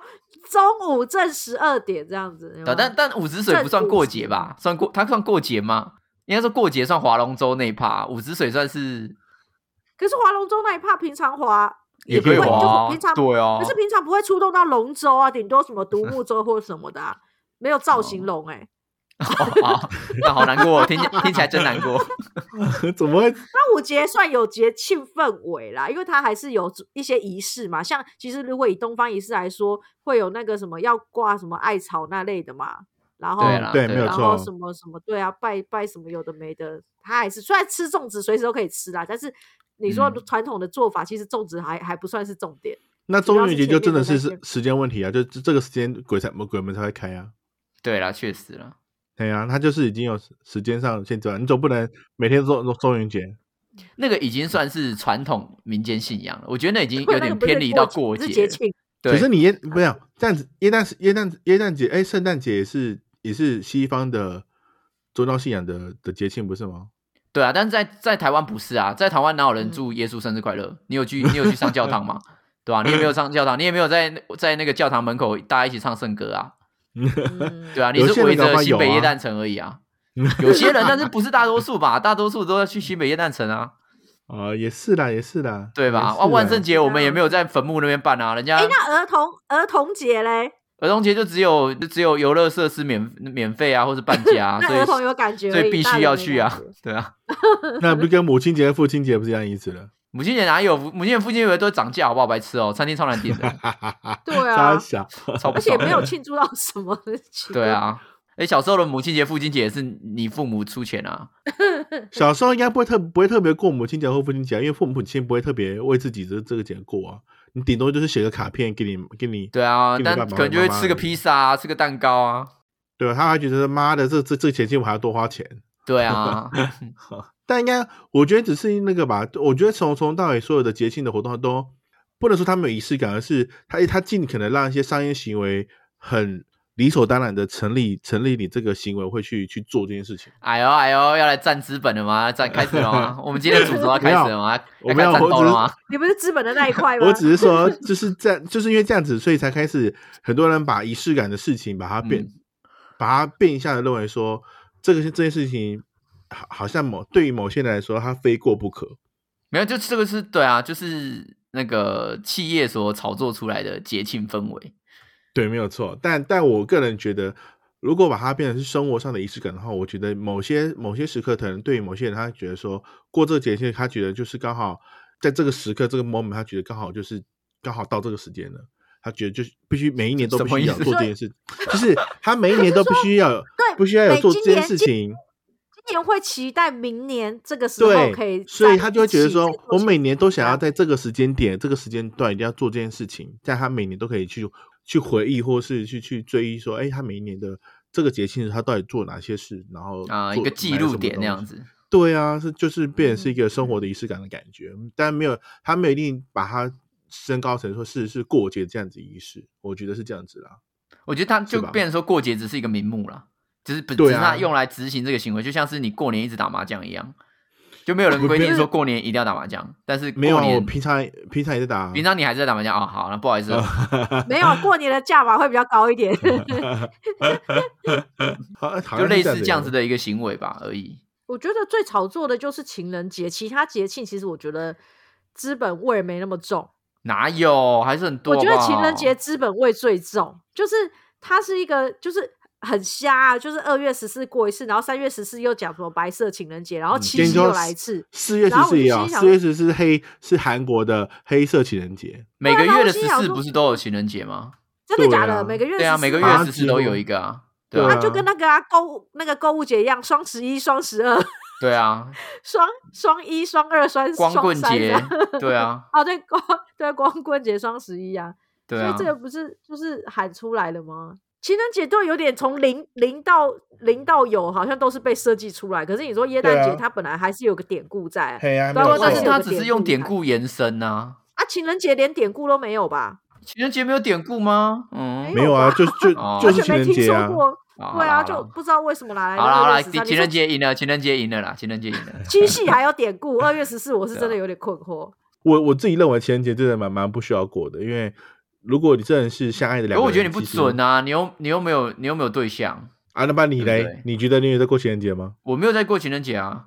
Speaker 2: 中午正十二点这样子。有没
Speaker 3: 对啊
Speaker 2: 有
Speaker 3: 但但五十岁不算过节吧？算过，它算过节吗？应该说过节算划龙舟那一趴，五十岁算是
Speaker 2: 可是划龙舟那一趴，平常划
Speaker 1: 也
Speaker 2: 不
Speaker 1: 可
Speaker 2: 会，
Speaker 1: 以划
Speaker 2: 就
Speaker 3: 啊
Speaker 2: 平常
Speaker 3: 对啊
Speaker 2: 可是平常不会出动到龙舟啊，顶多什么独木舟或什么的、 啊，没有造型龙哎、
Speaker 3: 哦好那好难过，听起听起来真难 过。
Speaker 1: 怎么会？
Speaker 2: 端午节算有节庆氛围啦，因为它还是有一些仪式嘛。像其实如果以东方仪式来说，会有那个什么要挂什么艾草那类的嘛，然后
Speaker 3: 对啦嗯
Speaker 1: 对，
Speaker 3: 对
Speaker 1: 没有
Speaker 2: 然后
Speaker 1: 错。
Speaker 2: 什么什么对啊，拜拜什么有的没的，它还是虽然吃粽子随时都可以吃啦，但是你说
Speaker 3: 嗯
Speaker 2: 传统的做法，其实粽子还还不算是重点。
Speaker 1: 那
Speaker 2: 主要
Speaker 1: 中元
Speaker 2: 是
Speaker 1: 节
Speaker 2: 前
Speaker 1: 就真
Speaker 2: 面
Speaker 1: 的
Speaker 2: 的
Speaker 1: 是
Speaker 2: 那
Speaker 1: 是
Speaker 2: 些
Speaker 1: 时间问题啊，就这这个时间鬼才鬼门才会开啊。
Speaker 3: 对啦，确实啦。
Speaker 1: 对啊，他就是已经有时时间上限制了，你总不能每天做做中元节。
Speaker 3: 那个已经算是传统民间信仰了，我觉得那已经
Speaker 2: 不
Speaker 3: 有
Speaker 2: 然那
Speaker 3: 点
Speaker 2: 个不
Speaker 3: 偏
Speaker 2: 是
Speaker 3: 离到
Speaker 2: 过
Speaker 3: 过
Speaker 2: 节
Speaker 3: 节
Speaker 2: 是节
Speaker 3: 了。
Speaker 2: 庆，
Speaker 3: 对，
Speaker 1: 可是啊你耶不要这样子，耶诞耶诞耶诞节，哎，圣诞节也是也是西方的宗教信仰的的节庆，不是吗？
Speaker 3: 对啊，但是在在台湾不是啊，在台湾哪有人
Speaker 2: 嗯
Speaker 3: 祝耶稣生日快乐？你有去你有 去上教堂吗？对吧、啊？你也没有上教堂，你也没有在在那个教堂门口大家一起唱圣歌啊，
Speaker 2: 嗯
Speaker 3: 对啊，你
Speaker 1: 有
Speaker 3: 是
Speaker 1: 些人
Speaker 3: 围
Speaker 1: 搞不
Speaker 3: 着
Speaker 1: 好
Speaker 3: 新北
Speaker 1: 有啊
Speaker 3: 夜诞城而已啊。有些人，但是不是大多数吧？大多数都要去新北夜诞城啊，
Speaker 1: 啊、也是啦，也是啦，
Speaker 3: 对吧？
Speaker 1: 也
Speaker 3: 啊，
Speaker 1: 是
Speaker 3: 万
Speaker 1: 啦
Speaker 3: 圣节我们也没有在坟墓那边办啊，人家
Speaker 2: 哎、那儿童儿童节嘞？
Speaker 3: 儿童节就只有就只有游乐设施免免费啊，或是半价 啊，
Speaker 2: 那儿童
Speaker 3: 所
Speaker 2: 有感觉
Speaker 3: 以
Speaker 2: 而已，
Speaker 3: 所以必
Speaker 2: 大
Speaker 3: 须
Speaker 2: 人
Speaker 3: 要
Speaker 2: 没
Speaker 3: 去
Speaker 2: 感
Speaker 3: 啊
Speaker 2: 觉，
Speaker 3: 对啊。
Speaker 1: 那不跟母亲节、父亲节不是一样意思了？
Speaker 3: 母亲节哪有？母亲节、父亲节都会涨价，好不好？白痴哦，餐厅超难点 的，
Speaker 1: 哈哈哈，
Speaker 2: 对
Speaker 1: 傻
Speaker 2: 啊，
Speaker 1: 小，
Speaker 3: 超不
Speaker 2: 而且
Speaker 3: 爽
Speaker 2: 也
Speaker 3: 的
Speaker 2: 没有庆祝到什么奇怪
Speaker 3: 对，啊，哎、小时候的母亲节、父亲节也是你父母出钱啊。
Speaker 1: 小时候应该不会特不会特别过母亲节或父亲节，因为父母亲不会特别为自己这这个节过啊。你顶多就是写个卡片给你给你，
Speaker 3: 对啊，
Speaker 1: 给你
Speaker 3: 但
Speaker 1: 爸爸
Speaker 3: 可能就会
Speaker 1: 妈妈
Speaker 3: 吃个
Speaker 1: 而已
Speaker 3: 披萨啊，吃个蛋糕啊。
Speaker 1: 对吧？他还觉得妈的这这这钱钱我还要多花钱。
Speaker 3: 对 啊，
Speaker 1: 但应该我觉得只是那个吧，我觉得从从到尾所有的节庆的活动都不能说他们有仪式感，而是他他尽可能让一些商业行为很理所当然的成立成立你这个行为会去去做这件事情。
Speaker 3: 哎呦哎呦，要来占资本了吗？占开始了吗？我们今天主轴要开始了吗？
Speaker 1: 我
Speaker 3: 要
Speaker 1: 没
Speaker 3: 开
Speaker 1: 有
Speaker 3: 始战斗了
Speaker 1: 我
Speaker 3: 吗？
Speaker 2: 你不是资本的那一块吗？
Speaker 1: 我只是说，就是这样，就是因为这样子，所以才开始很多人把仪式感的事情把它变，
Speaker 3: 嗯
Speaker 1: 把它变一下的认为说，这个这件事情好，好像某对于某些人来说，它非过不可。
Speaker 3: 没有，就这个是对啊，就是那个企业所炒作出来的节庆氛围。
Speaker 1: 对，没有错。但但我个人觉得，如果把它变成是生活上的仪式感的话，我觉得某些某些时刻，可能对于某些人，他觉得说过这个节庆，他觉得就是刚好在这个时刻这个 moment，他觉得刚好就是刚好到这个时间了。他觉得就是必须每一年都必
Speaker 3: 什么
Speaker 1: 须
Speaker 3: 意
Speaker 1: 要
Speaker 3: 思
Speaker 1: 做这件事，就是他每一年都必须要有，必
Speaker 2: 对，
Speaker 1: 须要有
Speaker 2: 每
Speaker 1: 做这
Speaker 2: 今
Speaker 1: 件
Speaker 2: 年
Speaker 1: 事
Speaker 2: 今
Speaker 1: 情。
Speaker 2: 今年会期待明年这个时候可
Speaker 1: 对
Speaker 2: 以，，
Speaker 1: 所以他就会觉得说，我每年都想要
Speaker 2: 在
Speaker 1: 在这个时间点、这个时间段一定要做这件事情，但他每年都可以去去回忆，或是去去追忆说，哎，他每一年的这个节庆他到底做哪些事，然后
Speaker 3: 啊、
Speaker 1: 做
Speaker 3: 一个记录点那样。
Speaker 1: 买了什么东西
Speaker 3: 子。
Speaker 1: 对啊，是就是变成是一
Speaker 2: 嗯
Speaker 1: 个生活的仪式感的感觉，但没有他没有一定把它升高成说是是过节这样子仪式，我觉得是这样子啦。
Speaker 3: 我觉得它就是
Speaker 1: 吧
Speaker 3: 变成说过节只是一个名目啦，只是不、
Speaker 1: 对啊
Speaker 3: 只是它用来执行这个行为，就像是你过年一直打麻将一样，就没有人
Speaker 1: 不
Speaker 3: 规
Speaker 1: 没
Speaker 3: 定
Speaker 1: 有
Speaker 3: 说过年一定要打麻将，但是过
Speaker 1: 没有啊，我
Speaker 3: 年
Speaker 1: 平呃常平常也在打啊，
Speaker 3: 平常你还是在打麻将哦，好，那不好意思，
Speaker 2: 没有啊过年的价码会比较高一点。
Speaker 1: 好像好像
Speaker 3: 就是类似这样子
Speaker 1: 的。
Speaker 3: 的一个行为吧而已。
Speaker 2: 我觉得最炒作的就是情人节，其他节庆其实我觉得资本味没那么重。
Speaker 3: 哪有，还是很多。
Speaker 2: 我觉得
Speaker 3: 好不好
Speaker 2: 情人节资本味最重，就是它是一个就是很瞎、啊，就是二月十四过一次，然后三月十四又讲什么白色情人节，然后
Speaker 3: 嗯
Speaker 2: 七
Speaker 1: 今天
Speaker 2: 夕
Speaker 1: 就
Speaker 2: 又
Speaker 1: 要
Speaker 2: 来一
Speaker 1: 四
Speaker 2: 次。
Speaker 1: 四月
Speaker 2: 然
Speaker 1: 十
Speaker 2: 后我
Speaker 1: 四
Speaker 2: 就
Speaker 1: 也
Speaker 2: 心
Speaker 1: 有，
Speaker 2: 想
Speaker 1: 四月十四是黑是韩国的黑色情人节，
Speaker 3: 每个
Speaker 2: 对啊
Speaker 3: 月的
Speaker 2: 我
Speaker 3: 十
Speaker 2: 心里想
Speaker 3: 四
Speaker 2: 说
Speaker 3: 不是都有情人节吗？
Speaker 2: 真的假
Speaker 1: 对啊
Speaker 2: 的？每个月
Speaker 3: 对啊，
Speaker 2: 14
Speaker 3: 每个月
Speaker 2: 吗
Speaker 1: 啊
Speaker 3: 十四都有一个啊。对
Speaker 1: 对
Speaker 3: 啊，
Speaker 2: 啊，就跟那个啊购物那个购物节一样，双十一、双十二、
Speaker 3: 对 啊，
Speaker 2: 双双一、双二、双
Speaker 3: 光棍
Speaker 2: 双三
Speaker 3: 节
Speaker 2: 啊，
Speaker 3: 对啊，
Speaker 2: 啊，对光对光棍节、双十一啊，
Speaker 3: 对
Speaker 2: 所以
Speaker 3: 啊
Speaker 2: 这，个不是就是喊出来了吗？情人节都有点从零零到零到有，好像都是被设计出来。可是你说耶
Speaker 1: 对
Speaker 2: 诞
Speaker 1: 啊
Speaker 2: 节，它本来还是有个典故在啊，
Speaker 1: 嘿啊，没
Speaker 2: 对啊
Speaker 1: 有
Speaker 2: 我
Speaker 1: 错
Speaker 3: 但是
Speaker 2: 有
Speaker 3: 他
Speaker 2: 个
Speaker 3: 只是
Speaker 2: 典
Speaker 3: 用
Speaker 2: 故
Speaker 3: 典
Speaker 2: 在
Speaker 3: 故延伸啊。
Speaker 2: 啊情人节连典故都没有吧？
Speaker 3: 情人节没有典故吗？嗯，
Speaker 1: 没有啊，就就
Speaker 3: 哦
Speaker 1: 就
Speaker 2: 完
Speaker 1: 是
Speaker 2: 全
Speaker 1: 情
Speaker 2: 没
Speaker 1: 人
Speaker 2: 听
Speaker 1: 节
Speaker 2: 说
Speaker 1: 啊，
Speaker 2: 过，
Speaker 3: 好
Speaker 2: 对
Speaker 3: 好
Speaker 2: 啊，
Speaker 3: 啦
Speaker 2: 就
Speaker 3: 好啦
Speaker 2: 不知道为什么拿来
Speaker 3: 好了好了，
Speaker 2: 二月十
Speaker 3: 你
Speaker 2: 三。
Speaker 3: 情人
Speaker 2: 节
Speaker 3: 节赢了，情人节赢了啦，情人节赢了。
Speaker 2: 七夕 还有典故，二月十四我是
Speaker 3: 对啊
Speaker 2: 真的有点困 惑。
Speaker 1: 我我自己认为情人节真的蛮蛮不需要过的，因为如果你真的是相爱的
Speaker 3: 可
Speaker 1: 两个人，
Speaker 3: 我觉得你不
Speaker 1: 其实
Speaker 3: 准啊，你又你又没有你又没有对象，
Speaker 1: 啊。那不然你
Speaker 3: 对
Speaker 1: 嘞？
Speaker 3: 不对
Speaker 1: 你觉得你有在过情人 节吗？
Speaker 3: 我没有在过情人节啊，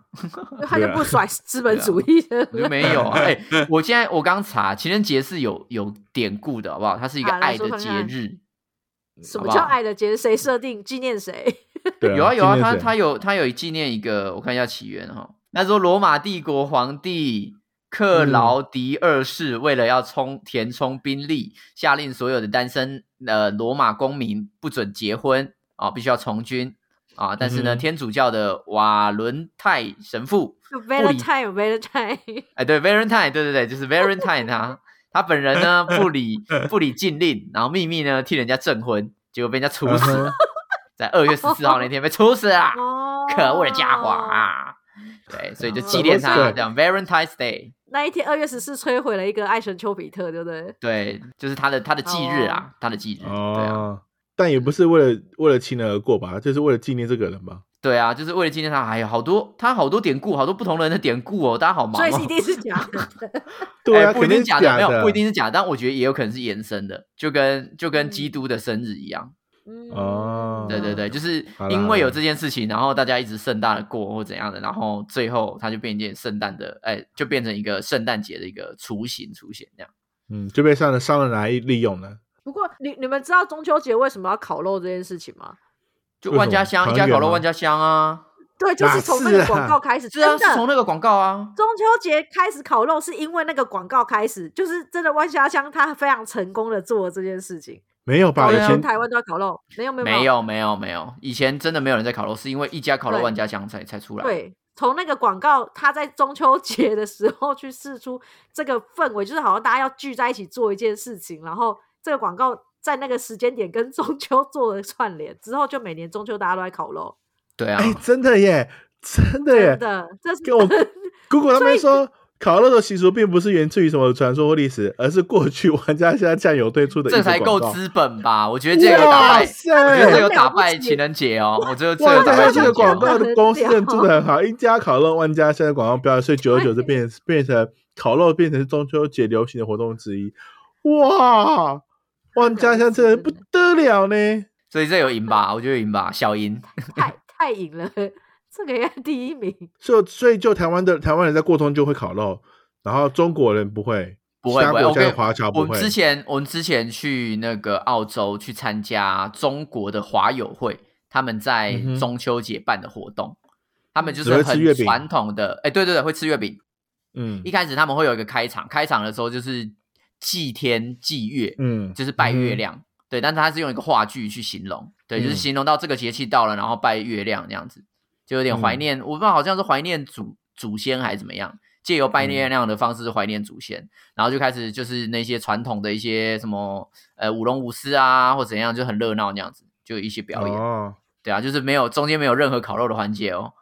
Speaker 2: 他就
Speaker 1: 对啊
Speaker 2: 不 甩资本主义的。
Speaker 3: 我就没有 啊。哎，我现在我刚查，情人节是有有典故的，好不好？它是一个
Speaker 2: 啊来
Speaker 3: 爱
Speaker 2: 说
Speaker 3: 的
Speaker 2: 看
Speaker 3: 节
Speaker 2: 看
Speaker 3: 日。
Speaker 2: 什
Speaker 3: 好
Speaker 2: 么
Speaker 3: 不
Speaker 2: 叫
Speaker 3: 好
Speaker 2: 爱的节日？谁设定纪 念谁？
Speaker 1: 对啊，
Speaker 3: 有啊有啊，
Speaker 1: 纪念
Speaker 3: 他
Speaker 1: 谁
Speaker 3: 他有他有纪念一个，我看一下起源哈。那时候罗马帝国皇帝克
Speaker 1: 嗯
Speaker 3: 劳迪二世为了要充填充兵力，下令所有的单身呃罗马公民不准结婚啊，必须要从军啊。但是呢，
Speaker 1: 嗯哼
Speaker 3: 天主教的瓦伦泰神父，
Speaker 2: Valentine Valentine，
Speaker 3: 哎，对，Valentine，对对对，就是 Valentine 他他本人呢不 理不理禁令，然后秘密呢替人家证婚，结果被人家
Speaker 1: 嗯
Speaker 3: 处死了，在二月十四号那天被处死啊 了。
Speaker 2: 哦，
Speaker 3: 可恶的家伙！啊！对，所以就纪
Speaker 1: 哦
Speaker 3: 念他，
Speaker 1: 对
Speaker 3: 这样 Valentine's Day，
Speaker 2: 那一天二月十四摧毁了一个爱神丘比特，对不对？
Speaker 3: 对，就是他的他的忌日
Speaker 2: 哦
Speaker 3: 啊，他的忌日，对啊，
Speaker 1: 哦，但也不是为了为了亲人而过吧，就是为了纪念这个人吧。
Speaker 3: 对啊，就是为了纪念他，哎呀，好多他好多典故，好多不同人的典故哦，大家好忙
Speaker 2: 所以
Speaker 3: 哦
Speaker 2: 是一。定是假的。
Speaker 1: 对啊，
Speaker 3: 哎不一定
Speaker 1: 肯定
Speaker 3: 是
Speaker 1: 是
Speaker 3: 假
Speaker 1: 的，
Speaker 3: 没有，不一定是假，但我觉得也有可能是延伸的，就跟就跟
Speaker 2: 嗯
Speaker 3: 基督的生日一样，
Speaker 2: 嗯
Speaker 1: 哦
Speaker 3: 对对对，就是
Speaker 1: 好啦
Speaker 3: 因
Speaker 1: 好
Speaker 3: 为有
Speaker 1: 啦
Speaker 3: 这件事情，然后大家一直盛大的过或怎样的，然后最后它就变一件圣诞的，哎，就变成一个圣诞节的一个雏形出现这样。
Speaker 1: 嗯，就被商人商人来利用了。
Speaker 2: 不过你你们知道中秋节为什么要烤肉这件事情吗？
Speaker 3: 就
Speaker 1: 为
Speaker 3: 万
Speaker 1: 什
Speaker 3: 家
Speaker 1: 么
Speaker 3: 香，一
Speaker 1: 团
Speaker 3: 家
Speaker 1: 圆
Speaker 3: 烤肉
Speaker 1: 吗
Speaker 3: 万家香啊，
Speaker 2: 对，就是从那
Speaker 1: 是
Speaker 2: 个
Speaker 1: 啊
Speaker 2: 广告开始，
Speaker 3: 是啊，
Speaker 2: 真
Speaker 3: 是从
Speaker 2: 的。
Speaker 3: 那个广告啊，
Speaker 2: 中秋节开始烤肉是因为那个广告开始，就是真的万家香他非常成功的做了这件事情，
Speaker 1: 没有吧？
Speaker 3: 对
Speaker 1: 以
Speaker 3: 啊
Speaker 2: 全
Speaker 1: 前
Speaker 2: 台湾都要烤肉，没有没有
Speaker 3: 没有没有没有，以前真的没有人在烤肉，是因为一家烤肉万家香才才出来。，
Speaker 2: 对，从那个广告，他在中秋节的时候去试出这个氛围，就是好像大家要聚在一起做一件事情，然后这个广告在那个时间点跟中秋做了串联，之后就每年中秋大家都在烤肉，
Speaker 3: 对啊，
Speaker 1: 哎，真的耶，真的耶
Speaker 2: 真，的，这是
Speaker 1: 跟 我 Google 他
Speaker 2: 所以
Speaker 1: 们说。烤肉的习俗并不是源自于什么传说或历史，而是过去玩家现在酱油推出的一
Speaker 3: 这
Speaker 1: 个
Speaker 3: 才
Speaker 1: 广告
Speaker 3: 够资本吧？我觉得这有打败，
Speaker 1: 塞！
Speaker 3: 我觉得这有
Speaker 2: 了
Speaker 3: 打
Speaker 2: 不
Speaker 3: 败
Speaker 2: 起啊
Speaker 3: 情人节哦，我觉得这有
Speaker 1: 哇
Speaker 3: 打
Speaker 1: 塞，
Speaker 3: 败
Speaker 1: 他
Speaker 3: 情
Speaker 1: 这
Speaker 3: 人节
Speaker 1: 个广
Speaker 3: 哦。
Speaker 1: 告的 公司真的做的很好，一家烤肉万家现在广告标，所以久而久之变变成烤肉变成中秋节流行的活动之一。哇，万家香真的不得了呢！
Speaker 3: 所以这有赢吧？我觉得有赢吧，小赢。
Speaker 2: 太太赢了，这个也第一名，
Speaker 1: 所以所以就台湾的台湾人在过中秋会烤肉，然后中国人不会，
Speaker 3: 不会
Speaker 1: 其他
Speaker 3: 不会
Speaker 1: 国家的
Speaker 3: ，OK。
Speaker 1: 华侨
Speaker 3: 我
Speaker 1: 不
Speaker 3: 们
Speaker 1: 会。
Speaker 3: 之前我们之前去那个澳洲去参加中国的华友会，他们在
Speaker 1: 嗯哼
Speaker 3: 中秋节办的活动，他
Speaker 2: 嗯
Speaker 3: 们就
Speaker 1: 只
Speaker 3: 是
Speaker 1: 会吃
Speaker 3: 很
Speaker 1: 月饼
Speaker 3: 传统的，哎，对对对，会吃月饼。
Speaker 1: 嗯
Speaker 3: 一开始他们会有一个开场，开场的时候就是祭天祭月，
Speaker 1: 嗯，
Speaker 3: 就是拜月
Speaker 1: 嗯
Speaker 3: 亮。对，但是他是用一个话剧去形容，对，就是
Speaker 1: 嗯
Speaker 3: 形容到这个节气到了，然后拜月亮这样子，就有点怀
Speaker 1: 嗯
Speaker 3: 念，我不知道好像是怀念祖祖先还是怎么样，借由
Speaker 1: 嗯
Speaker 3: 拜月亮的方式怀念祖先，然后就开始就是那些传统的一些什么呃舞龙舞狮啊或怎样，就很热闹那样子，就有一些表演，
Speaker 1: 哦，
Speaker 3: 对啊，就是没有中间没有任何烤肉的环节哦。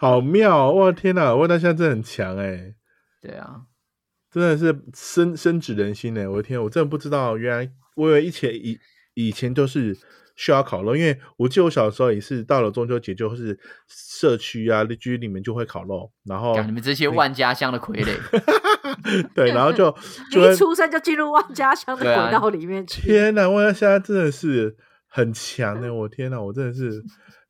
Speaker 1: 好妙！哦哇，天哪，味道现在真的很强哎、
Speaker 3: 对啊，
Speaker 1: 真的是深深植人心呢、哎我的天，我真的不知道，原来我以为以前以以前都是需要烤肉，因为我记得我小时候也是到了中秋节，就是社区啊、邻居里面就会烤肉，然后
Speaker 3: 讲你们这些万家香的傀儡，
Speaker 1: 对，然 后就
Speaker 2: 你
Speaker 1: 就会
Speaker 2: 一出生就进入万家香的
Speaker 3: 对啊
Speaker 2: 轨道里面去。
Speaker 1: 天哪，我现在真的是很强呢、哎我天哪，我真的是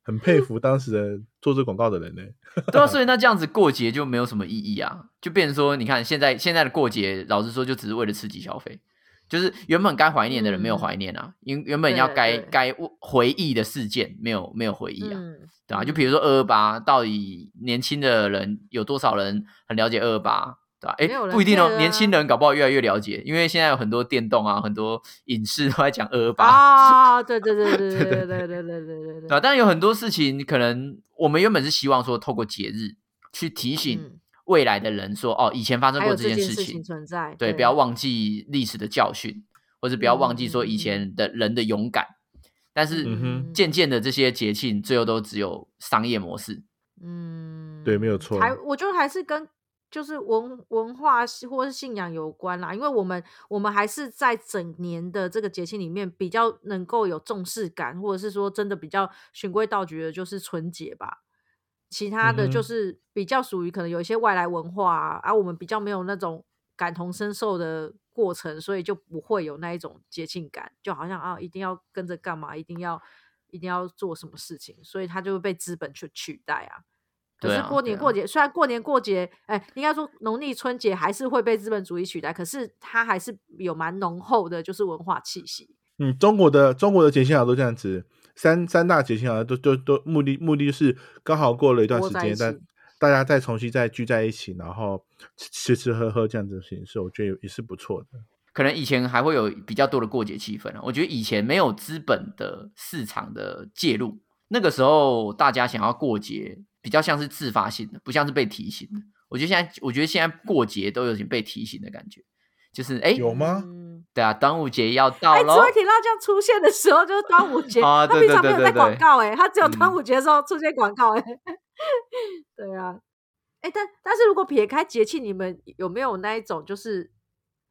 Speaker 1: 很佩服当时的做这广告的人呢、
Speaker 3: 对啊，所以那这样子过节就没有什么意义啊，就变成说，你看现在现在的过节，老实说就只是为了刺激消费，就是原本该怀念的人没有
Speaker 2: 嗯
Speaker 3: 怀念啊，因、原本
Speaker 2: 对
Speaker 3: 要
Speaker 2: 对
Speaker 3: 该
Speaker 2: 对
Speaker 3: 该回忆的事件没有没有回忆啊，
Speaker 2: 嗯，
Speaker 3: 对啊，就
Speaker 2: 嗯
Speaker 3: 比如说二二八，到底年轻的人有多少人很了解二二八？对吧、
Speaker 2: 没有
Speaker 3: 哎，
Speaker 2: 人
Speaker 3: 不一定哦
Speaker 2: care，啊
Speaker 3: 年轻人搞不好越来越了解，因为现在有很多电动啊，很多影视都在讲二二八，
Speaker 2: 啊，对对对对对对对对对对对
Speaker 3: 对吧、啊但有很多事情，可能我们原本是希望说透过节日去提醒
Speaker 2: 嗯
Speaker 3: 未来的人说，哦，以前发生
Speaker 2: 还
Speaker 3: 过
Speaker 2: 有
Speaker 3: 这
Speaker 2: 这
Speaker 3: 件
Speaker 2: 件
Speaker 3: 事
Speaker 2: 事
Speaker 3: 情
Speaker 2: 情，存在，
Speaker 3: 对，不要忘记历史的教训，或者不要忘记说以
Speaker 2: 嗯嗯嗯
Speaker 3: 前的人的勇敢。但
Speaker 1: 嗯
Speaker 3: 是
Speaker 1: 哼
Speaker 3: 渐渐的，这些节庆最后都只有商业模式，
Speaker 2: 嗯，
Speaker 1: 对没有错
Speaker 2: 还我觉得还是跟就是文文化是或是信仰有关啦，因为我们我们还是在整年的这个节庆里面比较能够有重视感，或者是说真的比较循规蹈矩的，就是春节吧。其他的
Speaker 1: 嗯
Speaker 2: 就
Speaker 1: 哼
Speaker 2: 是比较属于可能有一些外来文化啊，啊我们比较没有那种感同身受的过程，所以就不会有那一种节庆感，就好像啊一定要跟着干嘛，一定要一定要做什么事情，所以它就会被资本去取代啊。可
Speaker 3: 对
Speaker 2: 是
Speaker 3: 啊
Speaker 2: 过
Speaker 3: 对
Speaker 2: 年
Speaker 3: 啊
Speaker 2: 过节，虽然过年过节，哎、应该说农历春节还是会被资本主义取代，可是它还是有蛮浓厚的就是文化气息。
Speaker 1: 嗯，中国的中国的节庆好像都这样子，三三大节庆好像都都都目的目的就是刚好过了一段
Speaker 2: 窝
Speaker 1: 时
Speaker 2: 在
Speaker 1: 间
Speaker 2: 一，
Speaker 1: 但
Speaker 2: 起
Speaker 1: 大家再重新再聚在一起，然后吃吃喝喝这样子的形式，我觉得也是不错的。
Speaker 3: 可能以前还会有比较多的过节气氛啊。我觉得以前没有资本的市场的介入，那个时候大家想要过节，比较像是自发性的，不像是被提醒的。我觉得现在，我觉得现在过节都有点被提醒的感觉，就是哎，
Speaker 1: 有吗？
Speaker 2: 嗯
Speaker 3: 对啊，端午节要到
Speaker 2: 哎，紫
Speaker 3: 喽。
Speaker 2: 薇铁辣酱出现的时候就是 端午节，
Speaker 3: 啊
Speaker 2: 他
Speaker 3: 对
Speaker 2: 平
Speaker 3: 对
Speaker 2: 常没
Speaker 3: 对
Speaker 2: 有
Speaker 3: 对
Speaker 2: 在
Speaker 3: 对
Speaker 2: 广告哎、他只有端
Speaker 3: 嗯
Speaker 2: 午节的时候出现广告哎、 对啊，哎、但但是如果撇开节气，你们有没有那一种就是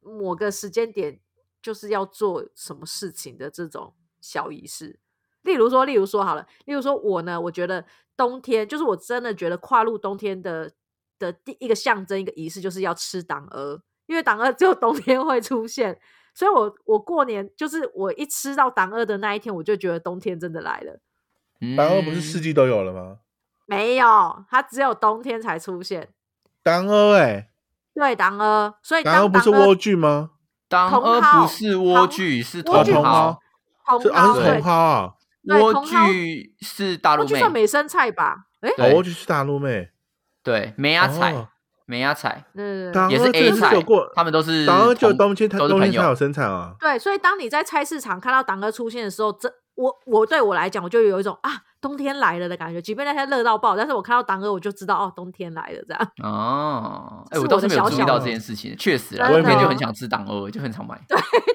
Speaker 2: 某个时间点就是要做什么事情的这种小仪式？例如说，例如说好了，例如说我呢，我觉得冬天就是我真的觉得跨入冬天的的第一个象征一个仪式就是要吃党鹅，因为党鹅只有冬天会出现，所以我我过年就是我一吃到党鹅的那一天，我就觉得冬天真的来了。
Speaker 1: 当然不是四
Speaker 3: 嗯
Speaker 1: 季都有了吗？
Speaker 2: 没有，它只有冬天才出现。
Speaker 1: 当鹅哎，
Speaker 2: 对，党鹅，所以
Speaker 1: 当鹅
Speaker 2: 当
Speaker 1: 不
Speaker 2: 党
Speaker 1: 是莴
Speaker 2: 鹅
Speaker 1: 苣吗？
Speaker 3: 当
Speaker 2: 茼
Speaker 3: 而
Speaker 2: 蒿
Speaker 3: 不是莴
Speaker 2: 茼
Speaker 3: 苣，是
Speaker 2: 莴
Speaker 1: 哦，
Speaker 2: 苣
Speaker 3: 茼
Speaker 1: 茼蒿
Speaker 3: 蒿。
Speaker 1: 是啊，是
Speaker 2: 茼蒿，
Speaker 1: 茼
Speaker 2: 对，
Speaker 1: 蒿啊，
Speaker 2: 对
Speaker 3: 莴
Speaker 2: 茼蒿
Speaker 3: 苣是大
Speaker 2: 莴
Speaker 3: 陆
Speaker 2: 苣
Speaker 3: 妹
Speaker 2: 算，美生菜吧？哎，
Speaker 1: 哦，
Speaker 3: 对
Speaker 1: 莴苣是大陆妹。
Speaker 3: 对，梅芽菜
Speaker 1: 哦，
Speaker 3: 梅芽菜
Speaker 2: 对对
Speaker 1: 当
Speaker 3: 也
Speaker 2: 对
Speaker 3: 是
Speaker 1: 鹅真
Speaker 3: A
Speaker 1: 的是
Speaker 3: 菜
Speaker 1: 有过，
Speaker 3: 他们都是
Speaker 1: 当鹅就
Speaker 3: 同
Speaker 1: 冬天才
Speaker 3: 都是
Speaker 1: 冬天
Speaker 3: 朋友
Speaker 1: 才有生产啊。
Speaker 2: 对，所以当你在菜市场看到党鹅出现的时候，这我我对我来讲，我就有一种啊冬天来了的感觉。即便那天热到爆，但是我看到党鹅，我就知道哦冬天来了这样。
Speaker 3: 哦，哎、
Speaker 2: 是
Speaker 3: 我
Speaker 2: 我
Speaker 3: 倒是没
Speaker 2: 的
Speaker 3: 有
Speaker 2: 小
Speaker 3: 注意
Speaker 2: 小
Speaker 3: 到这
Speaker 1: 的
Speaker 3: 件事情，确实啦，
Speaker 2: 真
Speaker 3: 我以前
Speaker 1: 的
Speaker 3: 就
Speaker 1: 哦
Speaker 3: 很想吃党鹅，就很常买，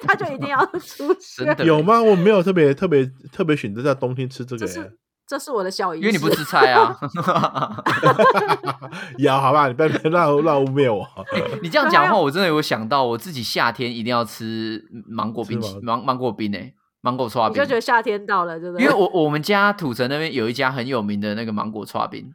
Speaker 2: 它就 一定要出
Speaker 3: 真
Speaker 2: 现。
Speaker 3: 的，
Speaker 1: 有？吗？我没有特别特别特别选择在冬天吃这个
Speaker 2: 这
Speaker 1: 耶、
Speaker 2: 是这是我的小仪
Speaker 3: 因
Speaker 2: 式。
Speaker 3: 为你不吃菜 啊，
Speaker 1: 有好吧，你不要 乱乱污蔑我。
Speaker 3: 你这样讲话，我真的有想到，我自己夏天一定要吃芒果冰淇，
Speaker 1: 吃
Speaker 3: 芒芒果冰诶、芒果刨
Speaker 2: 你就觉
Speaker 3: 冰
Speaker 2: 得，夏天到了，对不对？
Speaker 3: 啊因为我我们家土城那边有一家很有名的那个芒果刨冰，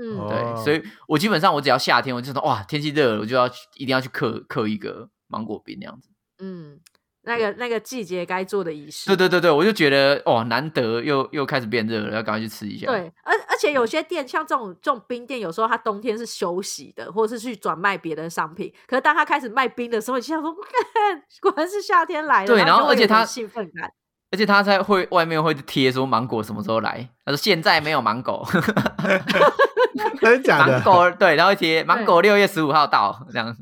Speaker 2: 嗯，
Speaker 1: 哦
Speaker 3: 对，所以我基本上我只要夏天，我就说哇，天气热了，我就要去一定要去刻刻一个芒果冰那样子。
Speaker 2: 嗯，那个那个季节该做的仪式。
Speaker 3: 对对对对，我就觉得哦，难得又又开始变热了，要赶快去吃一下。
Speaker 2: 对，而而且
Speaker 3: 嗯
Speaker 2: 有些店像这种这种冰店，有时候它冬天是休息的，或者是去转卖别的商品。可是当它开始卖冰的时候，你就想说， 看果然是夏天来了。
Speaker 3: 对然
Speaker 2: 后
Speaker 3: 后
Speaker 2: 就
Speaker 3: 而且
Speaker 2: 会有种
Speaker 3: 它
Speaker 2: 兴奋感，
Speaker 3: 而且他在会外面会贴说芒果什么时候来，他说现在没有芒果，
Speaker 1: 真的假
Speaker 3: 芒
Speaker 1: 的？
Speaker 3: 果对，然后贴芒果六月十五号到这样，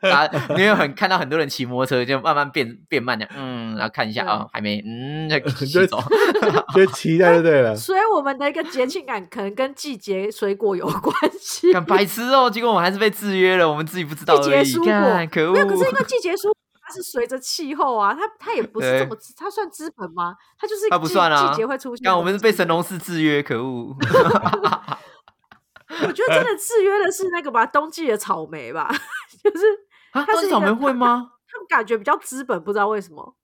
Speaker 3: 大家因为很看到很多人骑摩托车就慢慢变变慢的，嗯，然后看一下
Speaker 2: 对
Speaker 3: 啊、哦还没，嗯，就
Speaker 1: 就
Speaker 3: 骑走，
Speaker 1: 就期待就 对了。
Speaker 2: 所以我们的一个节庆感可能跟季节水果有 关系。
Speaker 3: 很白痴哦，结果我们还是被制约了，我们自己不知道
Speaker 2: 季
Speaker 3: 而
Speaker 2: 节
Speaker 3: 已，
Speaker 2: 蔬
Speaker 3: 看
Speaker 2: 果
Speaker 3: 可恶
Speaker 2: 没有，可是因为季节蔬果它是随着气候啊，它它也不是这么，它算资本吗？它就是
Speaker 3: 它不
Speaker 2: 季
Speaker 3: 算啊
Speaker 2: 季节会出现的东西。
Speaker 3: 看我们是被神农氏制约，可 恶！
Speaker 2: 我觉得真的制约的是那个吧，冬季的草莓吧， 就是
Speaker 3: 啊，
Speaker 2: 它
Speaker 3: 冬
Speaker 2: 是
Speaker 3: 季
Speaker 2: 一
Speaker 3: 草莓
Speaker 2: 个
Speaker 3: 会 吗？
Speaker 2: 他们感觉比较资本，不知道为什么。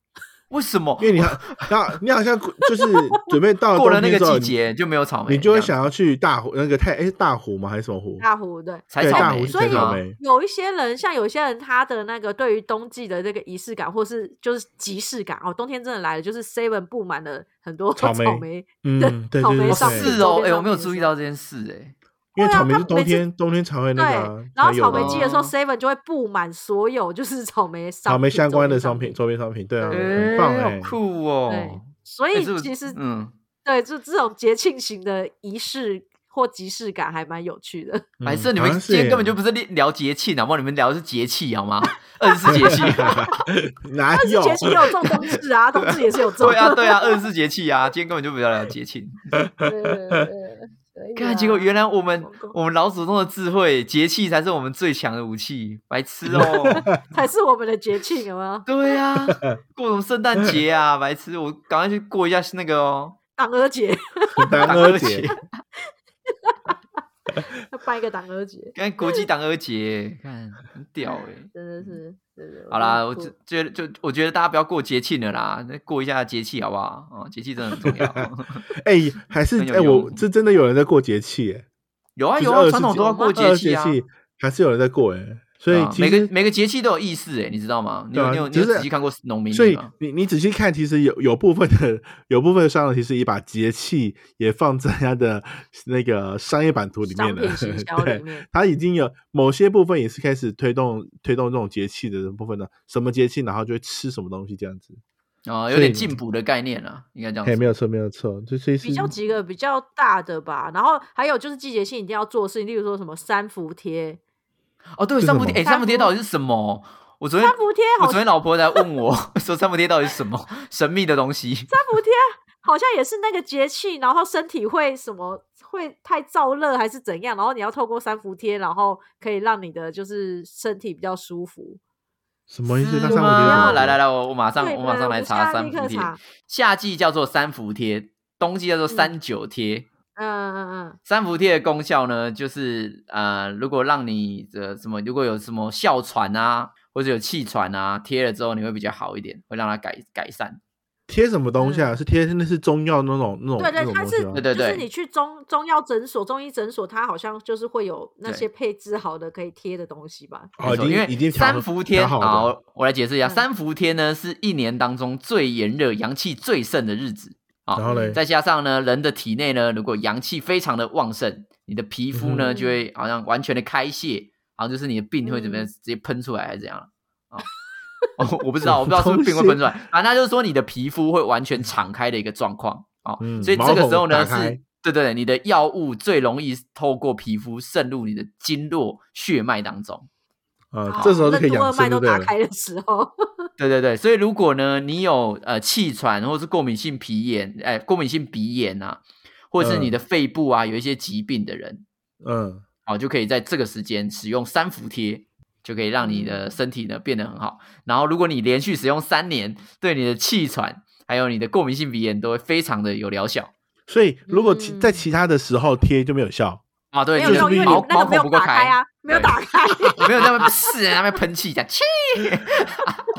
Speaker 3: 为什么
Speaker 1: 因为你好，那你好像就是准备到了
Speaker 3: 过了
Speaker 1: 冬
Speaker 3: 那
Speaker 1: 天
Speaker 3: 个
Speaker 1: 之后
Speaker 3: 季，节就没有草莓？
Speaker 1: 你就
Speaker 3: 这
Speaker 1: 会
Speaker 3: 样
Speaker 1: 想要去大湖那个太哎是大湖吗？还是什么
Speaker 3: 嗯
Speaker 1: 湖？
Speaker 2: 大湖对，
Speaker 3: 采
Speaker 1: 对
Speaker 3: 草
Speaker 1: 大
Speaker 3: 莓，哦
Speaker 1: 湖
Speaker 2: 所以
Speaker 1: 采草莓
Speaker 2: 有一些人，像有些人，他的那个对于冬季的那个仪式感，或是就是即视感哦，冬天真的来了，就是 Seven 布满了很多
Speaker 1: 草莓
Speaker 2: 草莓
Speaker 1: 嗯，对
Speaker 2: 草
Speaker 1: 对
Speaker 2: 莓
Speaker 1: 对
Speaker 3: 哦
Speaker 2: 上
Speaker 1: 对，
Speaker 2: 面
Speaker 3: 是哦，
Speaker 2: 周
Speaker 3: 哎，
Speaker 2: 边
Speaker 3: 我
Speaker 2: 商
Speaker 3: 没有
Speaker 2: 品
Speaker 3: 注意
Speaker 2: 是
Speaker 3: 到这件事，哎，
Speaker 1: 因为
Speaker 2: 对啊
Speaker 1: 草莓
Speaker 2: 它
Speaker 1: 是冬
Speaker 2: 每次
Speaker 1: 天冬天才会那个啊
Speaker 2: 对，然后
Speaker 1: 才有
Speaker 2: 草
Speaker 1: 的
Speaker 2: 莓季的时候
Speaker 3: 哦
Speaker 2: ，Seven 就会布满所有就是草莓商
Speaker 1: 草莓
Speaker 2: 品
Speaker 1: 相
Speaker 2: 周
Speaker 1: 关
Speaker 2: 边
Speaker 1: 的
Speaker 2: 商
Speaker 1: 商品、周边商品，对啊，
Speaker 3: 哎
Speaker 1: 很棒哎
Speaker 3: 好，酷
Speaker 2: 对
Speaker 3: 哦！
Speaker 2: 所
Speaker 3: 哎
Speaker 2: 以
Speaker 3: 这个
Speaker 2: 其实
Speaker 3: 嗯，
Speaker 2: 对，就这种节庆型的仪式或即视感还蛮有趣的。
Speaker 3: 白
Speaker 1: 嗯
Speaker 3: 色，你
Speaker 1: 好
Speaker 3: 们
Speaker 1: 像是
Speaker 3: 今天
Speaker 1: 耶
Speaker 3: 根本就不是聊节气，好吗？你们聊的是节气，好吗？ 二十四节 气，
Speaker 1: 哪
Speaker 2: 但是
Speaker 1: 有
Speaker 2: 节气也有种冬至啊，冬至也是有种。
Speaker 3: 对啊，对啊，二十四节气啊，今天根本就不要聊节气。
Speaker 2: 对啊对对对对啊对
Speaker 3: 看，结果原来我们
Speaker 2: 我懂
Speaker 3: 我们老祖宗的智慧，节气才是我们最强的武器，白痴 哦！
Speaker 2: 才是我们的节庆，有没有？
Speaker 3: 对 啊，过什么圣诞节啊， 白痴！我赶快去过一下那个哦，
Speaker 2: 党鹅节，
Speaker 1: 单
Speaker 3: 党
Speaker 1: 二
Speaker 3: 鹅
Speaker 1: 姐
Speaker 3: 节，
Speaker 2: 要办一个党鹅节，
Speaker 3: 看国际党鹅节， 看很屌哎。
Speaker 2: 真的是，真的。
Speaker 3: 好
Speaker 1: 嗯
Speaker 3: 啦，我
Speaker 2: 觉
Speaker 3: 就
Speaker 2: 得
Speaker 3: 觉得就我觉得大家不要过节庆了啦，那过一下节气好不好？哦，节气真的很重要。
Speaker 1: 哎，还是
Speaker 3: 很有
Speaker 1: 哎，我
Speaker 3: 用
Speaker 1: 这真的有人在过节气哎，
Speaker 3: 有啊
Speaker 1: 就
Speaker 3: 有
Speaker 1: 是
Speaker 3: 啊，
Speaker 1: 二
Speaker 3: 传
Speaker 1: 十
Speaker 3: 统
Speaker 1: 几哦
Speaker 3: 都要过
Speaker 1: 二
Speaker 3: 节
Speaker 1: 十
Speaker 3: 气啊。
Speaker 1: 节气还是有人在过哎，所
Speaker 3: 对
Speaker 1: 以
Speaker 3: 啊
Speaker 1: 其
Speaker 3: 每个
Speaker 1: 实
Speaker 3: 每个节气都有意思哎，你知道吗？你
Speaker 1: 对
Speaker 3: 有
Speaker 1: 啊
Speaker 3: 你有你
Speaker 1: 就
Speaker 3: 有
Speaker 1: 是
Speaker 3: 仔细看过农民历啊
Speaker 1: 所以
Speaker 3: 吗？
Speaker 1: 你你仔细看，其实有有部分的有部分的商人其实也把节气也放在他的那个商业版图里面
Speaker 2: 商
Speaker 1: 了
Speaker 2: 品 行。销里
Speaker 1: 对，
Speaker 2: 面，
Speaker 1: 他已经有某些部分也是开始推动推动这种节气的部分了，什么节气然后就会吃什么东西这样子。
Speaker 3: 啊，有
Speaker 1: 所以
Speaker 3: 点进补的概念啊，应该这样
Speaker 1: 嘿，
Speaker 3: 说。
Speaker 1: 没有错，没有错，就所以是
Speaker 2: 比较几个比较大的吧。然后还有就是季节性一定要做的事情，例如说什么三伏贴，
Speaker 3: 哦，对，
Speaker 1: 是
Speaker 3: 三伏
Speaker 1: 什么
Speaker 3: 贴，哎，
Speaker 2: 三
Speaker 3: 三伏贴
Speaker 2: 伏
Speaker 3: 到底是什么？我昨天
Speaker 2: 三伏贴
Speaker 3: 我
Speaker 2: 好
Speaker 3: 昨天老婆来问我 说，三伏贴到底是什么神秘的东西？
Speaker 2: 三伏贴好像也是那个节气，然后身体会什么会太燥热还是怎样，然后你要透过三伏贴，然后可以让你的就是身体比较舒服。
Speaker 1: 什
Speaker 3: 嗯
Speaker 1: 么意思？那三五啊
Speaker 3: 吗
Speaker 1: 天
Speaker 3: 来来，来，我我马上
Speaker 2: 对
Speaker 3: 我马
Speaker 2: 对
Speaker 3: 上来
Speaker 2: 我
Speaker 3: 查
Speaker 2: 现在
Speaker 3: 三
Speaker 2: 立
Speaker 3: 伏
Speaker 2: 刻
Speaker 3: 贴
Speaker 2: 查。
Speaker 3: 夏季叫做三伏贴，冬季叫做三九贴。
Speaker 2: 嗯嗯嗯。
Speaker 3: 三伏贴的功效呢，就是呃，如果让你的什么，如果有什么哮喘啊，或者有气喘啊，贴了之后你会比较好一点，会让它改改善。
Speaker 1: 贴什么东西啊？是贴那是中药那种那种
Speaker 2: 对
Speaker 1: 那
Speaker 2: 对，
Speaker 1: 种
Speaker 2: 它
Speaker 1: 东
Speaker 2: 是
Speaker 1: 西啊吗
Speaker 3: 嗯对？对
Speaker 2: 就是你去中中药诊所、中医诊所，它好像就是会有那
Speaker 3: 对
Speaker 2: 些配置好的可以贴的东西吧？
Speaker 1: 哦，
Speaker 3: 没
Speaker 1: 已
Speaker 3: 错因为
Speaker 1: 经已经调
Speaker 3: 三伏天
Speaker 1: 调好了。
Speaker 3: 我我来解释一下，
Speaker 2: 嗯
Speaker 3: 三伏天呢是一年当中最炎热、阳气最盛的日子啊。
Speaker 1: 然后嘞，
Speaker 3: 再加上呢，人的体内呢，如果阳气非常的旺盛，你的皮肤呢
Speaker 2: 嗯
Speaker 3: 就会好像完全的开泄，好像就是你的病会怎么样，
Speaker 2: 嗯
Speaker 3: 直接喷出来还是怎样啊？ 哦，我不知道， 我不知道是不是病会喷出来，反正就是说你的皮肤会完全敞开的一个状况哦。
Speaker 1: 嗯
Speaker 3: 所以这个时候呢
Speaker 1: 毛孔打开
Speaker 3: 是。对对，对你的药物最容易透过皮肤渗入你的经络血脉当中。
Speaker 1: 啊
Speaker 2: 好，
Speaker 1: 这时候就
Speaker 2: 任
Speaker 1: 可以
Speaker 2: 督
Speaker 1: 养
Speaker 2: 二
Speaker 1: 生，对
Speaker 2: 脉都
Speaker 1: 不对
Speaker 2: 打
Speaker 1: 了？
Speaker 2: 开的时候，
Speaker 3: 对对对，所以如果呢，你有呃气喘或是过敏性皮炎，哎、过敏性鼻炎啊，或是你的肺部啊、有一些疾病的人，
Speaker 1: 嗯，
Speaker 3: 哦，就可以在这个时间使用三伏贴，就可以让你的身体呢变得很好。然后，如果你连续使用三年，对你的气喘还有你的过敏性鼻炎都会非常的有疗效
Speaker 1: 所以如果其在
Speaker 2: 嗯
Speaker 1: 其他的时候贴就没有效，
Speaker 3: 啊。 对，
Speaker 2: 没有
Speaker 3: 就是
Speaker 2: 用，因为
Speaker 3: 毛
Speaker 2: 你那
Speaker 3: 毛
Speaker 2: 个
Speaker 3: 孔
Speaker 2: 没有
Speaker 3: 不够
Speaker 2: 打开 啊，没有
Speaker 3: 对
Speaker 2: 打 开。
Speaker 3: 没有在那边是啊在那边喷气一下，气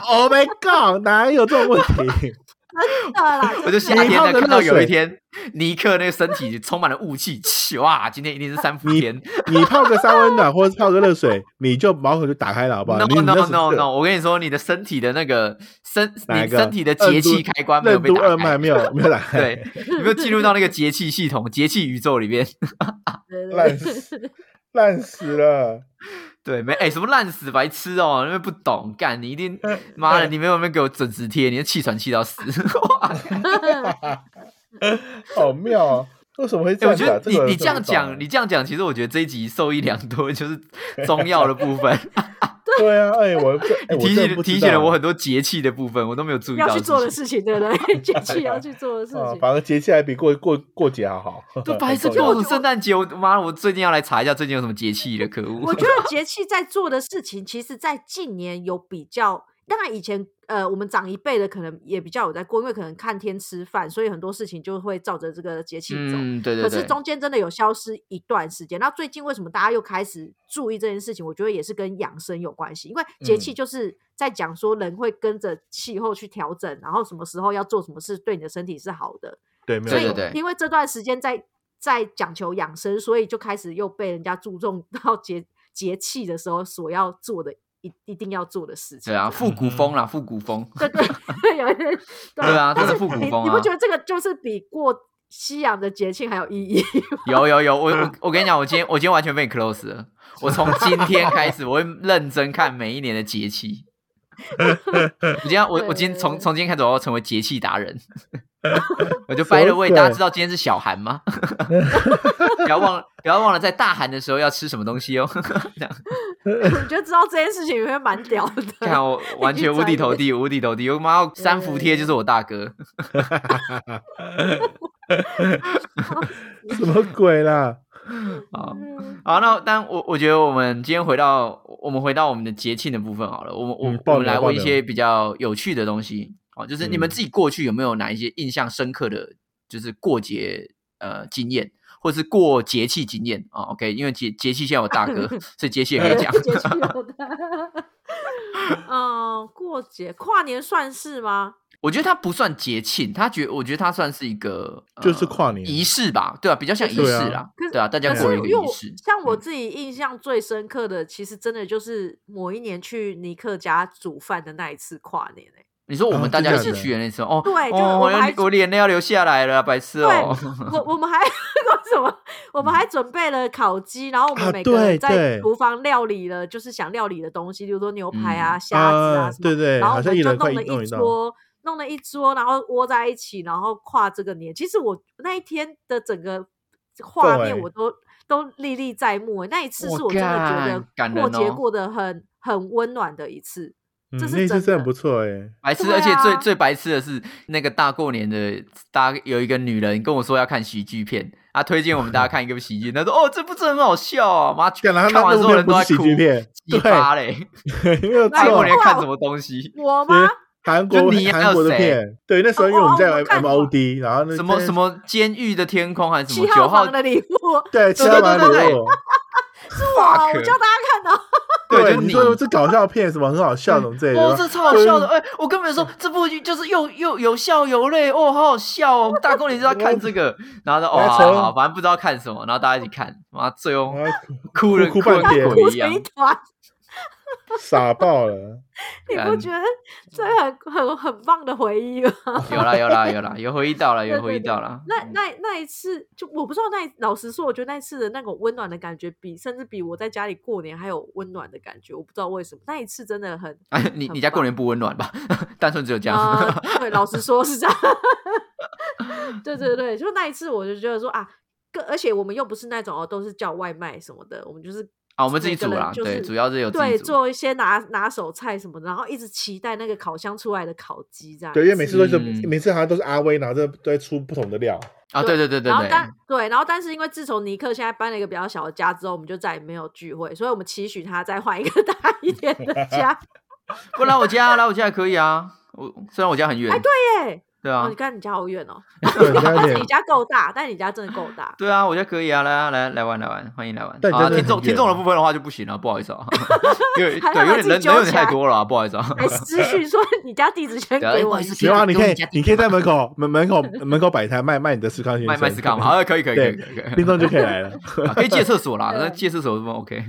Speaker 1: Oh my god！哪有这种问题？
Speaker 2: 真的啦，
Speaker 3: 我就夏
Speaker 2: 真的
Speaker 3: 天
Speaker 1: 你泡
Speaker 3: 呢
Speaker 1: 的
Speaker 3: 看到
Speaker 1: 热水
Speaker 3: 有一天尼克那个身体充满了雾气，气哇，今天一定是三伏
Speaker 1: 你
Speaker 3: 天。
Speaker 1: 你泡个三温暖或者泡个热水，你就毛孔就打开了，好不好？
Speaker 3: No
Speaker 1: 你你
Speaker 3: no
Speaker 1: 那
Speaker 3: no
Speaker 1: 是
Speaker 3: no！no，我跟你说，你的身体的那个身，
Speaker 1: 哪
Speaker 3: 你
Speaker 1: 一个
Speaker 3: 身体的节气开关没有
Speaker 1: 任
Speaker 3: 被
Speaker 1: 督
Speaker 3: 打
Speaker 1: 二脉
Speaker 3: 开，
Speaker 1: 没有没有打开，
Speaker 3: 对，你没有进入到那个节气系统、节气宇宙里面。
Speaker 2: 对对
Speaker 1: 烂
Speaker 2: 对
Speaker 1: 死烂死了。
Speaker 3: 对，没哎、什么烂死白痴哦，那边不懂干，你一定
Speaker 1: 哎
Speaker 3: 妈的，你没有没有给我准时贴，你的气喘气到 死。哇
Speaker 1: 好妙哦！为什么会 这
Speaker 3: 哎我
Speaker 1: 样
Speaker 3: 觉
Speaker 1: 子啊？
Speaker 3: 得你
Speaker 1: 个
Speaker 3: 你
Speaker 1: 真
Speaker 3: 这样
Speaker 1: 的不懂
Speaker 3: 讲，你这样讲，其实我觉得这一集受益良多，就是中药的部分，
Speaker 1: 对啊，哎，我这哎我
Speaker 3: 提
Speaker 1: 真的
Speaker 3: 醒
Speaker 1: 不知
Speaker 3: 提
Speaker 1: 道
Speaker 3: 醒了我很多节气的部分，我都没有注意到
Speaker 2: 要
Speaker 3: 这
Speaker 2: 去
Speaker 3: 些。
Speaker 2: 做的事情，对不对？ 节气要去做的事
Speaker 1: 啊
Speaker 2: 情，
Speaker 1: 反而节气还比过过过节还好。
Speaker 3: 都白痴，
Speaker 1: 很
Speaker 3: 跟
Speaker 1: 重要
Speaker 3: 我说圣诞节，我妈的，我最近要来查一下最近有什么节气了，可恶！
Speaker 2: 我觉得节气在做的事情，其实在近年有比较当然以前呃，我们长一辈的可能也比较有在过，因为可能看天吃饭，所以很多事情就会照着这个节气走。
Speaker 3: 嗯，对对
Speaker 2: 可
Speaker 3: 对，
Speaker 2: 是中间真的有消失一段时间。那最近为什么大家又开始注意这件事情？我觉得也是跟养生有关系，因为节气
Speaker 3: 嗯
Speaker 2: 就是在讲说人会跟着气候去调整，然后什么时候要做什么事对你的身体是好的。
Speaker 1: 对，没有
Speaker 2: 所以
Speaker 1: 错，
Speaker 3: 对
Speaker 2: 因为这段时间在在讲求养生，所以就开始又被人家注重到节节气的时候所要做的一一定要做的事情。
Speaker 3: 对啊，复古
Speaker 1: 嗯哼
Speaker 3: 风啦，复古 风，
Speaker 2: 对对对，有一点对
Speaker 3: 对啊
Speaker 2: 但
Speaker 3: 它
Speaker 2: 是
Speaker 3: 是复古
Speaker 2: 你
Speaker 3: 风
Speaker 2: 你
Speaker 3: 啊
Speaker 2: 不觉得这个就是比过西洋的节庆还有意义？
Speaker 3: 有有有，我
Speaker 2: 嗯
Speaker 3: 我我跟你讲，我今天我今天完全被你 close 了。我从今天开始，我会认真看每一年的节气。我今天我我今天从从今天开始，我要成为节气达人。我就掰了位，
Speaker 1: 什么鬼
Speaker 3: 大家知道今天是小寒吗？不要忘了，不要忘了在大寒的时候要吃什么东西哦。 这样
Speaker 2: 我觉得知道这件事情，你会蛮屌的。
Speaker 3: 看我完 全无地头地，无地头地。我妈三伏贴就是我大哥。
Speaker 1: 什么鬼 啦？
Speaker 3: 好，
Speaker 2: 嗯
Speaker 3: 好，那但我我觉得我们今天回到我们回到我们的节庆的部分好了，我们我、
Speaker 1: 嗯
Speaker 3: 我
Speaker 1: 爆
Speaker 3: 们
Speaker 1: 料
Speaker 3: 来
Speaker 1: 爆
Speaker 3: 问一
Speaker 1: 料
Speaker 3: 些比较有趣的东西哦，就是你们
Speaker 1: 嗯
Speaker 3: 自己过去有没有哪一些印象深刻的，就是过节呃经验，或是过节气经验啊、o k 因为节节气现在有大 哥，所以节气也可以讲。
Speaker 2: 节气有的。嗯，过节跨年算是吗？
Speaker 3: 我觉得它不算节庆，它觉我觉得它算是一个、呃
Speaker 1: 就是跨年
Speaker 3: 仪式吧，对啊，比较像仪式
Speaker 1: 对啊
Speaker 3: 啦，
Speaker 2: 可是
Speaker 3: 对啊，大家
Speaker 2: 可
Speaker 3: 过了
Speaker 2: 是
Speaker 3: 一个
Speaker 2: 因为
Speaker 3: 仪
Speaker 2: 我
Speaker 3: 式。嗯
Speaker 2: 像我自己印象最深刻的，其实真的就是某一年去尼克家煮饭的那一次跨年、欸、
Speaker 3: 你说我们
Speaker 1: 啊
Speaker 3: 大家
Speaker 1: 真
Speaker 3: 一
Speaker 1: 假
Speaker 3: 起
Speaker 1: 的
Speaker 3: 去的那时候，哦，
Speaker 2: 对就
Speaker 3: 哦、
Speaker 2: 我
Speaker 3: 我
Speaker 2: 们还
Speaker 3: 我眼泪要流下来了，白痴哦。
Speaker 2: 我我们还 为什么？我
Speaker 3: 嗯
Speaker 2: 们还准备了烤鸡，然后我
Speaker 1: 啊
Speaker 2: 们每个人
Speaker 1: 对
Speaker 2: 在
Speaker 1: 对
Speaker 2: 厨房料理了，就是想料理的东西，比如说牛排啊、
Speaker 3: 嗯
Speaker 2: 虾子啊
Speaker 1: 啊
Speaker 2: 什么。
Speaker 1: 对对
Speaker 2: 然后我
Speaker 1: 好像
Speaker 2: 们
Speaker 1: 一
Speaker 2: 就
Speaker 1: 人快
Speaker 2: 弄了
Speaker 1: 一弄一道
Speaker 2: 桌，弄了一桌，然后窝在一起，然后跨这个年。其实我那一天的整个画面，
Speaker 1: 对
Speaker 2: 我都都历历在目欸。那一次
Speaker 3: 我
Speaker 2: 是我真的觉
Speaker 3: 干
Speaker 2: 得
Speaker 3: 感
Speaker 2: 过
Speaker 3: 人
Speaker 2: 节
Speaker 3: 哦
Speaker 2: 过得很很温暖的一次。
Speaker 1: 嗯
Speaker 2: 这是
Speaker 1: 那一次
Speaker 2: 真
Speaker 1: 真
Speaker 2: 的
Speaker 1: 的不错 哎，
Speaker 3: 白痴，
Speaker 2: 对
Speaker 3: 而且最
Speaker 2: 啊
Speaker 3: 最白痴的是，那个大过年的，大家有一个女人跟我说要看喜剧片，她推荐我们大家看一个喜剧，她说：“哦，这部真的很好笑啊！”妈，
Speaker 1: 干了他
Speaker 3: 看
Speaker 1: 那
Speaker 3: 完
Speaker 1: 那
Speaker 3: 之
Speaker 1: 部
Speaker 3: 后人
Speaker 1: 片
Speaker 3: 都
Speaker 1: 不
Speaker 3: 在
Speaker 1: 是喜
Speaker 3: 哭，
Speaker 1: 剧片，
Speaker 3: 鸡巴嘞！
Speaker 1: 对， 没有
Speaker 2: 那
Speaker 3: 大
Speaker 2: 如
Speaker 3: 过
Speaker 1: 错
Speaker 2: 果。
Speaker 3: 年看什么东西？
Speaker 2: 我
Speaker 1: 因为
Speaker 2: 吗？
Speaker 1: 韩国
Speaker 3: 就你还有
Speaker 1: 韩国的
Speaker 3: 谁
Speaker 1: 片，对，那时候因为
Speaker 2: 哦
Speaker 1: 我们
Speaker 2: 哦
Speaker 1: 在
Speaker 2: 我看
Speaker 1: M O D，然后那
Speaker 3: 什么什
Speaker 1: 么
Speaker 3: 么监狱的天空还是什么
Speaker 2: 七
Speaker 3: 九
Speaker 2: 号
Speaker 3: 号
Speaker 2: 房？的礼物
Speaker 1: 对，
Speaker 3: 对
Speaker 1: 吃
Speaker 3: 对
Speaker 1: 完
Speaker 3: 对对
Speaker 1: 礼物，
Speaker 2: 是我， 我
Speaker 3: Fuck
Speaker 2: 叫大家看的。
Speaker 3: 对，
Speaker 1: 对，
Speaker 3: 就
Speaker 1: 你
Speaker 3: 你。
Speaker 1: 说这搞笑片什么很好笑什么之类
Speaker 3: 哦，
Speaker 1: 的，
Speaker 3: 这超好笑的！哎、我根本说这部剧就是又又有笑有泪哦，好好笑哦！大过年就要看这个，然后说哦，好好好，反正不知道看什么，然后大家一起看，妈最后
Speaker 1: 然后
Speaker 3: 哭的
Speaker 1: 嗯哭哭
Speaker 3: 的
Speaker 1: 半天
Speaker 3: 跟鬼
Speaker 2: 哭
Speaker 3: 一
Speaker 2: 成
Speaker 3: 样
Speaker 2: 一。团，
Speaker 1: 傻爆了，
Speaker 2: 你不
Speaker 3: 干
Speaker 2: 觉得这很很很棒的回忆吗？
Speaker 3: 有啦有啦有啦，有回忆到了，有
Speaker 2: 对
Speaker 3: 回忆
Speaker 2: 对
Speaker 3: 到嗯了。
Speaker 2: 那那那一次，就我不知道那一老实说，我觉得那一次的那种温暖的感觉比，甚至比我在家里过年还有温暖的感觉。我不知道为什么那一次真的很
Speaker 3: 哎，你你家过年不温暖吧？ 单纯只有这样。
Speaker 2: 啊、 对，老实说是这样。对对对，就那一次，我就觉得说啊，跟而且我们又不是那种哦，都是叫外卖什么的，我们就是
Speaker 3: 啊，我们自己煮
Speaker 2: 每个
Speaker 3: 啦
Speaker 2: 人，就
Speaker 3: 对，
Speaker 2: 是
Speaker 3: 主要是有自己
Speaker 2: 对
Speaker 3: 煮。
Speaker 2: 做一些拿拿手菜什么的，然后一直期待那个烤箱出来的烤鸡这样子。
Speaker 1: 对，因为每次都是
Speaker 3: 嗯
Speaker 1: 每次好像都是阿威，然后都都在出不同的料，
Speaker 3: 啊，对对对对
Speaker 2: 然后
Speaker 3: 对，
Speaker 2: 但对，然后但是因为自从尼克现在搬了一个比较小的家之后，我们就再也没有聚会，所以我们期许他再换一个 大一点 的家。
Speaker 3: 不来我家，来我家也可以啊。我虽然我家很远
Speaker 2: 哎，，对耶，
Speaker 3: 对
Speaker 2: 哦，
Speaker 3: 啊
Speaker 2: 你，看你家好远哦，
Speaker 1: 对，你
Speaker 2: 但
Speaker 1: 看
Speaker 2: 是你
Speaker 1: 点，
Speaker 2: 家够大，但你家真的够 大。
Speaker 3: 对啊，我家可以啊，来啊来来玩来玩，欢迎来玩。
Speaker 1: 但你家
Speaker 3: 啊，
Speaker 1: 真的
Speaker 3: 听众
Speaker 1: 很
Speaker 3: 听
Speaker 1: 远
Speaker 3: 众的部分的话就不行了，不好意思啊， 因为
Speaker 2: 还
Speaker 3: 对
Speaker 2: 要
Speaker 3: 有
Speaker 2: 把
Speaker 3: 点
Speaker 2: 自
Speaker 3: 人
Speaker 2: 己
Speaker 3: 人
Speaker 2: 揪
Speaker 3: 有点
Speaker 2: 起
Speaker 3: 太
Speaker 2: 来
Speaker 3: 多了啊，不好意 思啊。
Speaker 2: 还私讯说你家地址先
Speaker 3: 对啊
Speaker 2: 给
Speaker 3: 不
Speaker 2: 我
Speaker 3: 好意
Speaker 2: 一
Speaker 3: 思
Speaker 2: 下，
Speaker 1: 没有啊，你可以
Speaker 3: 给我
Speaker 1: 你可以在门口门门口门口摆摊卖卖你的思康先
Speaker 3: 卖
Speaker 1: 生，
Speaker 3: 卖斯卡嘛，啊，可以可以可以
Speaker 1: 对
Speaker 3: 可以可以
Speaker 1: 听众就可以来了，
Speaker 3: 啊，可以借厕所啦，
Speaker 2: 对
Speaker 3: 那借厕所是不是 OK？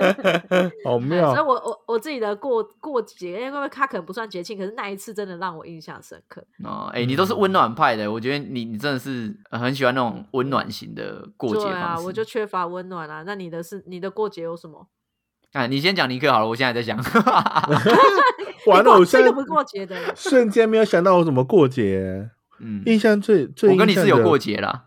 Speaker 1: 好
Speaker 2: 哎所以
Speaker 1: 妙，
Speaker 2: 我我我自己的过过节，因为它可能不算节庆，可是那一次真的让我印象深刻。
Speaker 3: 哦，哎、你都
Speaker 1: 嗯
Speaker 3: 是温暖派的，我觉得你你真的是呃很喜欢那种温暖型的过节
Speaker 2: 对
Speaker 3: 方式。
Speaker 2: 啊，我就缺乏温暖啊。那你的是你的过节有什么？
Speaker 3: 啊，你先讲尼克好了，我现在在 想。
Speaker 1: 完了，
Speaker 2: 你过
Speaker 1: 我现
Speaker 2: 这
Speaker 1: 在
Speaker 2: 个不过节的了。
Speaker 1: 瞬间没有想到我怎么过节，
Speaker 3: 嗯，
Speaker 1: 印象最最
Speaker 3: 我跟你
Speaker 1: 印象
Speaker 3: 是有
Speaker 1: 的
Speaker 3: 过节啦。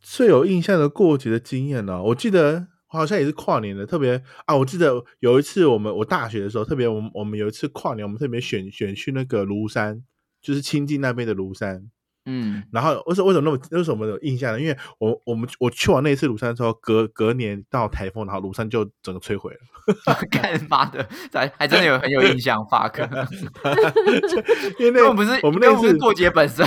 Speaker 1: 最有印象的过节的经验呢、我记得好像也是跨年的，特别啊，我记得有一次我们我大学的时候，特别我们我们有一次跨年，我们特别选选去那个庐山，就是亲近那边的庐山，
Speaker 3: 嗯
Speaker 1: 然后为什为什么那么为什么有印象呢？因为我我们我去完那一次庐山之后，隔隔年到台风，然后庐山就整个摧毁了。
Speaker 3: 干妈的，还还真的有很有印象 ，fuck，
Speaker 1: 因为
Speaker 3: 根
Speaker 1: 那
Speaker 3: 本不是
Speaker 1: 我们
Speaker 3: 根
Speaker 1: 那
Speaker 3: 本不是
Speaker 1: 次
Speaker 3: 过节本身，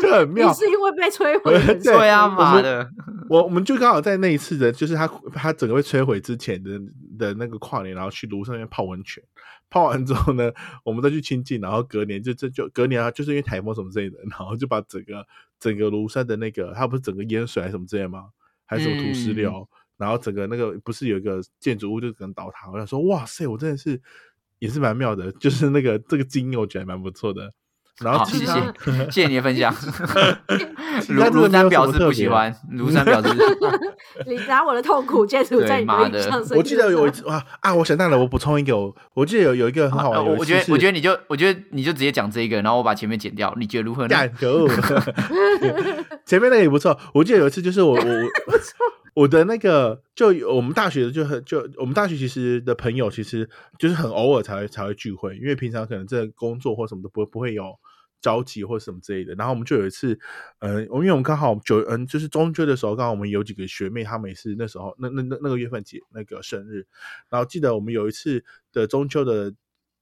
Speaker 1: 就很
Speaker 2: 你
Speaker 1: 妙，
Speaker 2: 是因为被摧 毁的
Speaker 1: 对
Speaker 3: 对啊，
Speaker 1: 我
Speaker 3: 妈
Speaker 1: 们
Speaker 3: 的，
Speaker 1: 我我们就刚好在那一次的，就是他他整个被摧毁之前的的那个跨年，然后去庐山那边泡温泉，泡完之后呢，我们再去清境，然后隔年就这就隔年啊，就是因为台风什么之类的，然后就把整个整个庐山的那个，它不是整个淹水还是什么之类的吗？还是什么土
Speaker 3: 嗯
Speaker 1: 石流？然后整个那个不是有一个建筑物就可能倒塌，我想说哇塞，我真的是也是蛮妙的，就是那个这个经验我觉得还蛮不错的。然后
Speaker 3: 好，
Speaker 1: 其
Speaker 3: 谢
Speaker 1: 实
Speaker 3: 谢 谢谢你的分享。
Speaker 1: 其
Speaker 3: 庐
Speaker 1: 他
Speaker 3: 庐
Speaker 1: 真的没有什
Speaker 3: 山
Speaker 1: 么
Speaker 3: 表示
Speaker 1: 特
Speaker 3: 不喜
Speaker 1: 别
Speaker 3: 欢，庐山表示
Speaker 2: 你拿我的痛苦解除
Speaker 3: 对
Speaker 2: 在你
Speaker 3: 妈
Speaker 2: 的
Speaker 3: 的
Speaker 2: 印象深
Speaker 1: 我记得有一
Speaker 2: 刻
Speaker 1: 次啊啊，我想到了，我补充一个，我我记得有有一个 很好
Speaker 3: 呃
Speaker 1: 玩，
Speaker 3: 我
Speaker 1: 有
Speaker 3: 我
Speaker 1: 一
Speaker 3: 觉
Speaker 1: 次
Speaker 3: 得
Speaker 1: 是
Speaker 3: 我觉得你就我觉得你就直接讲这一个，然后我把前面剪掉，你觉得如何呢？
Speaker 1: 干可恶，前面那个也不错。我记得有一次就 是我我我我的那个就有我们大学就很就我们大学其实的朋友其实就是很偶尔才会才会聚会，因为平常可能这工作或什么都不不会有。交集或什么之类的，然后我们就有一次，嗯、呃，因为我们刚好九，嗯、就是中秋的时候，刚好我们有几个学妹，她们也是那时候那那那那个月份结那个生日，然后记得我们有一次的中秋的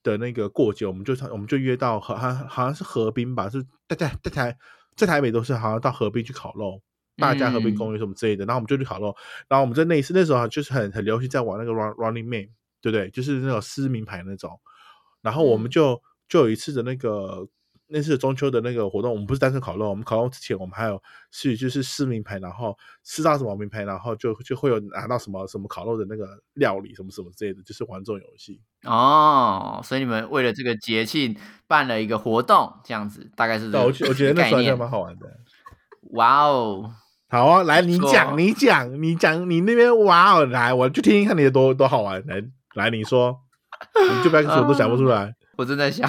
Speaker 1: 的那个过节，我们就我们就约到河，好像好像是河滨吧，是在在在台在台北都是好像到河滨去烤肉，大家河滨
Speaker 3: 嗯
Speaker 1: 公园什么之类的，然后我们就去烤肉，然后我们在那一次那时候就是很很流行在玩那个 Run Running Man，对不对？就是那种撕名牌那种，然后我们
Speaker 2: 嗯
Speaker 1: 就、就有一次的那个。那次的中秋的那个活动，我们不是单纯烤肉，我们烤肉之前，我们还有去就是撕名牌，然后撕到什么名牌，然后就就会有拿到什么什么烤肉的那个料理什么什么之类的，就是玩这种游戏。
Speaker 3: 哦，所以你们为了这个节庆办了一个活动，这样子大概是
Speaker 1: 对，我觉
Speaker 3: 这
Speaker 1: 我
Speaker 3: 个
Speaker 1: 觉得那
Speaker 3: 概
Speaker 1: 时候还
Speaker 3: 念。
Speaker 1: 蛮好玩的。
Speaker 3: 哇哦，
Speaker 1: 好啊，来你
Speaker 3: 错
Speaker 1: 讲，你讲，你讲，你那边哇哦，来，我就听听看你的多多好玩。来，来，你说，你就不要说我都想不出来。
Speaker 3: 我正在 想，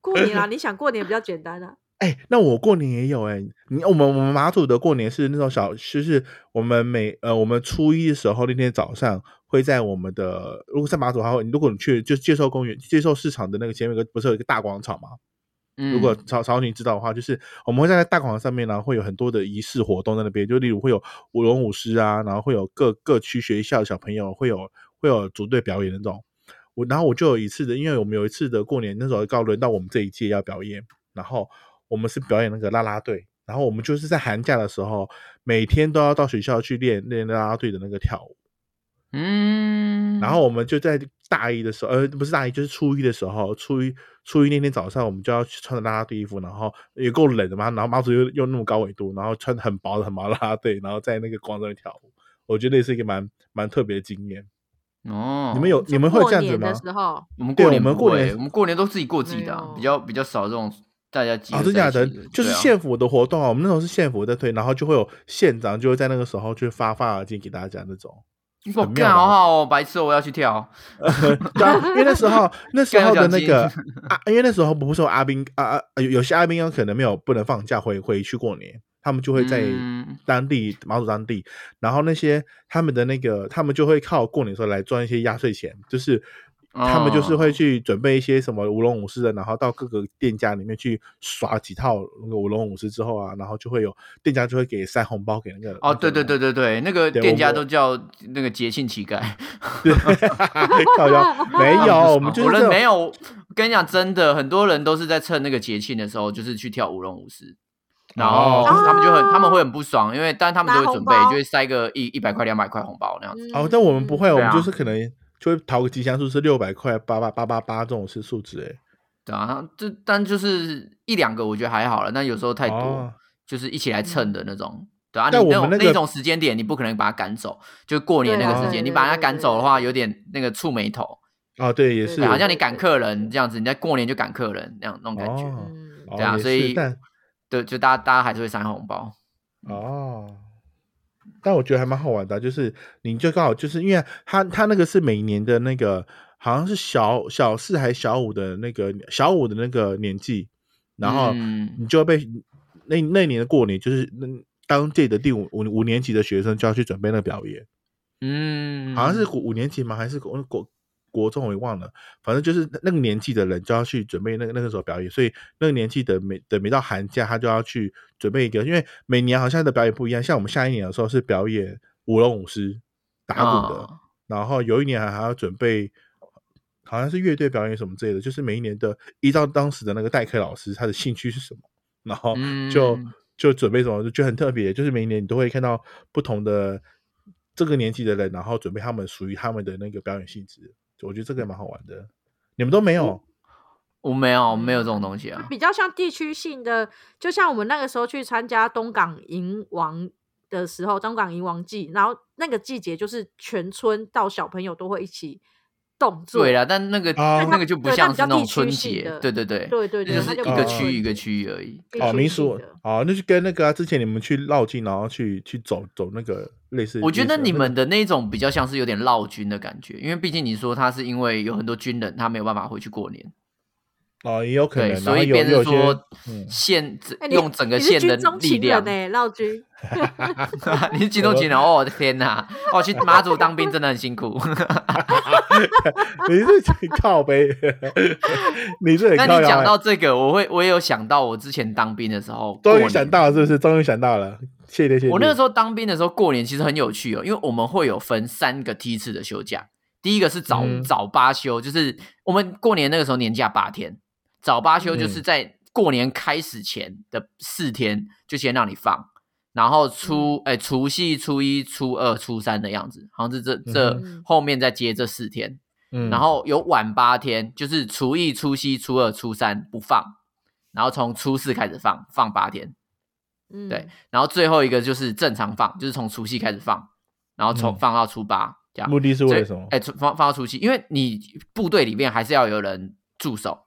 Speaker 2: 过年啊啦，你想过年比较简单啊。
Speaker 1: 哎、那我过年也有哎、你我们我们马祖的过年是那种小，就是我们每呃我们初一的时候那天早上会在我们的，如果在马祖还会，如果你去就介绍公园、介绍市场的那个前面有个不是有一个大广场吗？
Speaker 3: 嗯
Speaker 1: 如果曹曹宁知道的话，就是我们会在大广场上面，然后会有很多的仪式活动在那边，就例如会有舞龙舞狮啊，然后会有各各区学校的小朋友会有会有组队表演那种。我然后我就有一次的，因为我们有一次的过年那时候刚好轮到我们这一届要表演，然后我们是表演那个啦啦队，然后我们就是在寒假的时候每天都要到学校去练练啦啦队的那个跳舞。
Speaker 3: 嗯，
Speaker 1: 然后我们就在大一的时候，呃，不是大一，就是初一的时候，初一初一那天早上，我们就要去穿着拉拉队衣服，然后也够冷的嘛，然后妈祖又又那么高纬度，然后穿得很薄的很薄的拉拉队，然后在那个广场上跳舞，我觉得也是一个蛮蛮特别的经验。
Speaker 3: 哦，
Speaker 1: 你们 有你们会有
Speaker 2: 过
Speaker 1: 这样子
Speaker 2: 年
Speaker 1: 吗哦啊
Speaker 2: 的？时候，
Speaker 3: 我们
Speaker 1: 对
Speaker 3: 过
Speaker 1: 我
Speaker 3: 年
Speaker 1: 们
Speaker 3: 不
Speaker 1: 过
Speaker 3: 会
Speaker 1: 年
Speaker 3: 我们过年都自己过自己的啊、比
Speaker 2: 没有
Speaker 3: 较比较少这种大家集
Speaker 1: 啊，
Speaker 3: 合
Speaker 1: 真假
Speaker 3: 在
Speaker 1: 的
Speaker 3: 一起的，，
Speaker 1: 就是
Speaker 3: 对啊
Speaker 1: 县府的活动啊，我们那时候是县府在推，然后就会有县长就会在那个时候去发发耳机给大家那种。
Speaker 3: 我
Speaker 1: 很
Speaker 3: 干
Speaker 1: 妙吧
Speaker 3: 好好哦，白痴哦，我要去跳。
Speaker 1: 对啊，因为那时 候那时候的那个
Speaker 3: 干有奖
Speaker 1: 啊，因为那时候不是说阿兵啊啊，有有些阿兵有可能没有不能放假回回去过年，他们就会在
Speaker 3: 嗯
Speaker 1: 当地马祖当地，然后那些他们的那个他们就会靠过年的时候来赚一些压岁钱，就是。他们就是会
Speaker 3: 哦
Speaker 1: 去准备一些什么舞龙舞狮的，然后到各个店家里面去耍几套那个舞龙舞狮之后啊，然后就会有店家就会给塞红包给那个
Speaker 3: 哦，对对对对对，那个
Speaker 1: 对
Speaker 3: 店家
Speaker 1: 我
Speaker 3: 都叫那个节庆乞丐，
Speaker 1: 靠腰没有，我们就是
Speaker 3: 我
Speaker 1: 这
Speaker 3: 人
Speaker 1: 种
Speaker 3: 没有。我跟你讲，真的，很多人都是在趁那个节庆的时候，就是去跳舞龙舞狮，然后
Speaker 1: 哦
Speaker 3: 他们就很，他们会很不爽，因为但他们都
Speaker 2: 啊拿
Speaker 3: 会准
Speaker 2: 红
Speaker 3: 备，
Speaker 2: 包
Speaker 3: 就会塞个一一百块、两百块红包那样子。
Speaker 1: 哦，但我们
Speaker 2: 嗯
Speaker 1: 不会，我
Speaker 3: 对
Speaker 1: 们
Speaker 3: 啊
Speaker 1: 就是可能就会淘个吉祥数是六百块、八八八八八这种是数值哎。
Speaker 3: 对啊，这但就是一两个，我觉得还好了，但有时候太多，
Speaker 1: 哦
Speaker 3: 就是一起来蹭的那种。对啊，你
Speaker 1: 但
Speaker 3: 那
Speaker 1: 我
Speaker 3: 种
Speaker 1: 们那个
Speaker 3: 那种时间点，你不可能把他赶走。就过年那
Speaker 1: 对
Speaker 3: 个
Speaker 1: 啊
Speaker 3: 时间，
Speaker 2: 对
Speaker 3: 你把他
Speaker 2: 对
Speaker 3: 赶
Speaker 2: 对
Speaker 3: 走的
Speaker 2: 对
Speaker 3: 话，有点那个触眉头。
Speaker 1: 哦，对，也是
Speaker 3: 对，
Speaker 2: 对
Speaker 3: 好
Speaker 1: 哦
Speaker 3: 像你赶客人这样子，你在过年就赶客人那样那种感觉。
Speaker 1: 哦
Speaker 2: 嗯，
Speaker 3: 对啊，
Speaker 1: 也
Speaker 3: 所
Speaker 1: 是
Speaker 3: 以
Speaker 1: 但
Speaker 3: 对，就大家大家还是会塞红包。
Speaker 1: 哦，但我觉得还蛮好玩的啊，就是你就刚好就是因为他他那个是每年的那个好像是小小四还是小五的那个小五的那个年纪，然后
Speaker 3: 嗯
Speaker 1: 你就被那那年的过年就是那当届的第五五五年级的学生就要去准备那个表演。
Speaker 3: 嗯，
Speaker 1: 好像是五五年级吗？还是国国国中我也忘了，反正就是那个年纪的人就要去准备那个那个时候表演，所以那个年纪的每等每到寒假，他就要去准备一个，因为每年好像的表演不一样，像我们下一年的时候是表演舞龙舞狮打鼓的，
Speaker 3: 哦
Speaker 1: 然后有一年还还要准备。好像是乐队表演什么之类的，就是每一年的依照当时的那个代课老师他的兴趣是什么，然后就、
Speaker 3: 嗯
Speaker 1: 就准备什么，就很特别。就是每一年你都会看到不同的这个年纪的人，然后准备他们属于他们的那个表演性质。就我觉得这个也蛮好玩的。你们都
Speaker 3: 嗯
Speaker 1: 没有？
Speaker 3: 我没有没有这种东西
Speaker 1: 哦
Speaker 3: 啊，
Speaker 2: 比较像地区性的，就像我们那个时候去参加东港迎王的时候，东港迎王季，然后那个季节就是全村到小朋友都会一起动作，
Speaker 3: 对啦，但那个
Speaker 1: 哦
Speaker 3: 那个就不像是那种春
Speaker 2: 对它比较地区性
Speaker 3: 节
Speaker 2: 的，
Speaker 3: 对对对，
Speaker 2: 对对对，
Speaker 3: 就
Speaker 2: 它
Speaker 3: 是一
Speaker 2: 就
Speaker 3: 个
Speaker 2: 不
Speaker 1: 是
Speaker 3: 区
Speaker 2: 纯
Speaker 3: 一个区域而已。
Speaker 2: 地
Speaker 1: 哦，
Speaker 2: 区
Speaker 1: 民
Speaker 2: 性
Speaker 1: 俗
Speaker 2: 的
Speaker 1: 哦，那就跟那个啊、之前你们去绕境，然后去去走走那个类似。
Speaker 3: 我觉
Speaker 1: 类
Speaker 3: 得
Speaker 1: 似的
Speaker 3: 你
Speaker 1: 那
Speaker 3: 们
Speaker 1: 个
Speaker 3: 的那种比较像是有点闹军的感觉，因为毕竟你说他是因为有很多军人，他没有办法回去过年，
Speaker 1: 哦也有可能
Speaker 3: 对，
Speaker 1: 啊，
Speaker 3: 所以
Speaker 1: 有
Speaker 3: 变
Speaker 1: 有
Speaker 3: 成
Speaker 1: 一些
Speaker 3: 说
Speaker 1: 嗯
Speaker 3: 县整
Speaker 2: 哎你
Speaker 3: 用整个
Speaker 2: 你是
Speaker 3: 县的
Speaker 2: 军中
Speaker 3: 力
Speaker 2: 情
Speaker 3: 量
Speaker 2: 人，哎，绕军，
Speaker 3: 你是军中 情人哦，我的天哪，哦去马祖当兵真的很辛苦。
Speaker 1: 你是很靠背， 你是很
Speaker 3: 那
Speaker 1: 靠
Speaker 3: 你讲
Speaker 1: 腰
Speaker 3: 到
Speaker 1: 欸。
Speaker 3: 这个，我会我也有想到我之前当兵的时候，
Speaker 1: 终
Speaker 3: 过
Speaker 1: 于
Speaker 3: 年
Speaker 1: 想到了，是不是？终于想到了，谢谢谢谢。
Speaker 3: 我那个时候当兵的时候，过年其实很有趣哦，因为我们会有分三个梯次的休假。第一个是早、
Speaker 1: 嗯
Speaker 3: 早八休，就是我们过年那个时候年假八天，早八休就是
Speaker 1: 嗯
Speaker 3: 在过年开始前的四天就先让你放，然后初
Speaker 1: 嗯
Speaker 3: 哎、除夕、初一、初二、初三的样子，好像是这这
Speaker 2: 嗯
Speaker 3: 后面再接这四天，
Speaker 1: 嗯，
Speaker 3: 然后有晚八天，就是除一、除夕、初二、初三不放，然后从初四开始放，放八天。
Speaker 2: 嗯，
Speaker 3: 对，然后最后一个就是正常放，就是从除夕开始放，然后从、
Speaker 1: 嗯
Speaker 3: 放到初八这样。
Speaker 1: 目的是
Speaker 3: 所
Speaker 1: 为
Speaker 3: 以
Speaker 1: 了什么？
Speaker 3: 哎、除放放到除夕，因为你部队里面还是要有人驻守，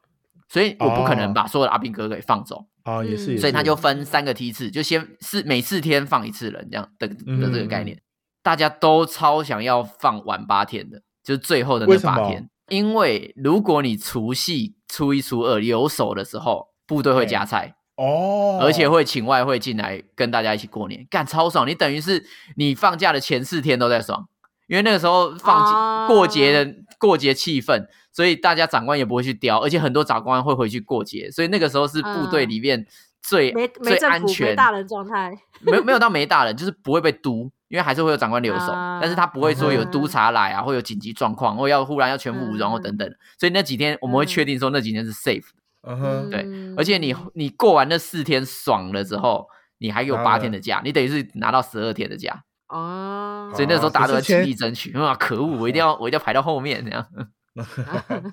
Speaker 3: 所以我不可
Speaker 1: 哦
Speaker 3: 能把所有的阿兵哥给放走，
Speaker 1: 啊，也是，
Speaker 2: 嗯
Speaker 1: 也
Speaker 3: 所以他
Speaker 1: 是
Speaker 3: 就分三个梯次，就先是每四天放一次人这样的的这个
Speaker 1: 嗯
Speaker 3: 概念。大家都超想要放晚八天的，就是最后的那
Speaker 1: 为什么
Speaker 3: 八天，因为如果你除夕、初一、初二留守的时候，部队会
Speaker 1: 对
Speaker 3: 加菜。
Speaker 1: 哦，
Speaker 3: 而且会请外汇进来跟大家一起过年，干超爽！你等于是你放假的前四天都在爽，因为那个时候放假
Speaker 2: 啊
Speaker 3: 过节的过节气氛，所以大家长官也不会去刁，而且很多长官会回去过节，所以那个时候是部队里面最、
Speaker 2: 嗯没没
Speaker 3: 最
Speaker 2: 政
Speaker 3: 安
Speaker 2: 府没
Speaker 3: 全，
Speaker 2: 大人状态，
Speaker 3: 没有没有到没大人，就是不会被督，因为还是会有长官留守，
Speaker 2: 啊
Speaker 3: 但是他不会说有
Speaker 2: 嗯
Speaker 3: 督察来啊，会有紧急状况，或要忽然要全副武装或等等，所以那几天我们会确定说那几天是 safe 的。
Speaker 1: 嗯哼，
Speaker 3: 对
Speaker 2: 嗯
Speaker 3: 而且你你过完那四天爽了之后，你还有
Speaker 1: 拿
Speaker 3: 八
Speaker 1: 了
Speaker 3: 天的假，你等于是拿到十二天的假，
Speaker 2: 哦，
Speaker 3: 所以那时候
Speaker 1: 哦
Speaker 3: 大家都在
Speaker 1: 14
Speaker 3: 极
Speaker 1: 天
Speaker 3: 力争取。啊，可恶，
Speaker 2: 嗯
Speaker 3: 我一定要我一定要排到后面这样。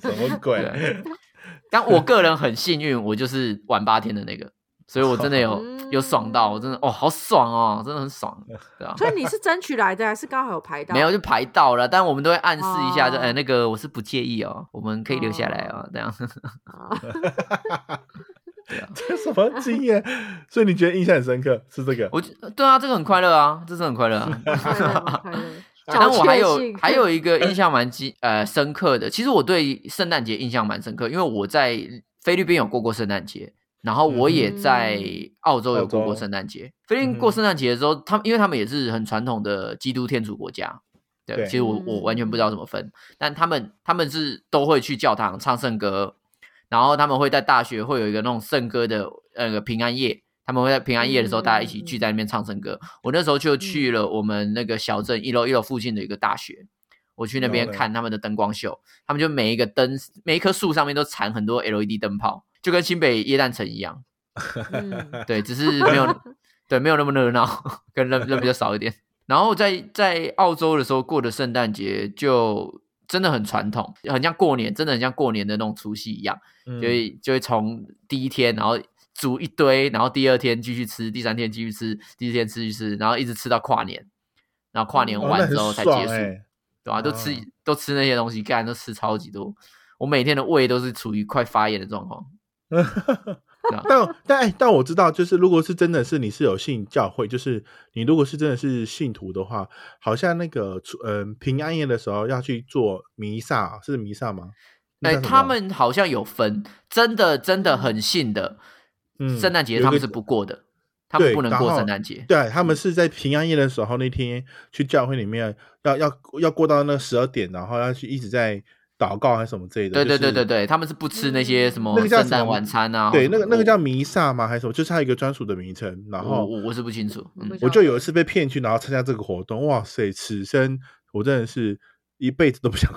Speaker 1: 什么鬼？
Speaker 3: 嗯对但我个人很幸运，我就是晚八天的那个，所以我真的有有爽到，我真的哦，好爽哦，真的很 爽，对吧、
Speaker 2: 嗯所以你是争取来的，还是刚好有排到？
Speaker 3: 没有 就排到了，但我们都会暗示一下，就
Speaker 2: 哦
Speaker 3: 哎、那个我是不介意哦，我们可以留下来哦，这样。
Speaker 2: 啊，
Speaker 1: 这什么经验？所以你觉得印象很深刻是这个？
Speaker 3: 我就对啊，这个很快乐啊，这是很快 乐啊。
Speaker 2: 快 乐吗快乐
Speaker 3: 但我还
Speaker 2: 小确
Speaker 3: 有
Speaker 2: 幸
Speaker 3: 还有一个印象蛮记呃深刻的，其实我对圣诞节印象蛮深刻，因为我在菲律宾有过过圣诞节，然后我也在
Speaker 2: 嗯
Speaker 3: 澳洲有过
Speaker 1: 澳
Speaker 3: 过
Speaker 1: 洲
Speaker 3: 圣诞节。菲律宾过圣诞节的时候，他们因为他们也是很传统的基督天主国家，对，
Speaker 1: 对
Speaker 3: 其实我我完全不知道怎么分，但他们他们是都会去教堂唱圣歌，然后他们会在大学会有一个那种圣歌的那个平安夜，他们会在平安夜的时候
Speaker 2: 嗯
Speaker 3: 大家一起聚在那边唱圣歌。我那时候
Speaker 1: 嗯
Speaker 3: 就去了我们那个小镇一楼一楼附近的一个大学，我去那边
Speaker 1: 然后呢
Speaker 3: 看他们的灯光秀，他们就每一个灯每一棵树上面都缠很多 LED 灯泡，就跟新北耶诞城一样，
Speaker 2: 嗯
Speaker 3: 对，只是没 有对没有那么热闹，跟人人比较少一点。然后在在澳洲的时候过的圣诞节就真的很传统，很像过年，真的很像过年的那种除夕一样。
Speaker 1: 嗯
Speaker 3: 就会就会从第一天，然后煮一堆，然后第二天继续吃，第三天继续吃，第四天继续吃，然后一直吃到跨年，然后跨年
Speaker 2: 哦
Speaker 1: 哇那
Speaker 3: 完
Speaker 1: 很
Speaker 3: 之后才
Speaker 1: 爽
Speaker 3: 结束，
Speaker 1: 欸
Speaker 3: 对啊吧、都吃、
Speaker 1: 哦
Speaker 3: 都吃那些东西，干都吃超级多，我每天的胃都是处于快发炎的状况。
Speaker 1: 但但哎但我知道，就是如果是真的是你是有信教会，就是你如果是真的是信徒的话，好像那个除嗯平安夜的时候要去做弥撒，是弥撒吗？那
Speaker 3: 哎、
Speaker 1: 叫什么啊
Speaker 3: 他们好像有分，真的真的很信的，
Speaker 1: 嗯
Speaker 3: 圣诞节
Speaker 1: 有一
Speaker 3: 他们
Speaker 1: 个
Speaker 3: 是不过的，他们
Speaker 1: 对
Speaker 3: 不能
Speaker 1: 然
Speaker 3: 过
Speaker 1: 后
Speaker 3: 圣诞节。
Speaker 1: 对，他们是在平安夜的时候那天去教会里面要要要过到那十二点，然后要去一直在祷告还是什么之类的。
Speaker 3: 对
Speaker 1: 就
Speaker 3: 对对
Speaker 1: 是
Speaker 3: 对对，他们是不吃那些什么
Speaker 1: 那个叫
Speaker 3: 圣
Speaker 1: 什
Speaker 3: 诞
Speaker 1: 么
Speaker 3: 晚餐啊，
Speaker 1: 对，那个那个
Speaker 3: 或
Speaker 1: 叫啊
Speaker 3: 者
Speaker 1: 弥撒吗？还是什么？就是它有一个专属的名称。然
Speaker 3: 什么我
Speaker 1: 后
Speaker 3: 我我是不清楚，嗯
Speaker 2: 不知道
Speaker 1: 我就有一次被骗去，然后参加这个活动，哇塞！此生我真的是一辈子都不想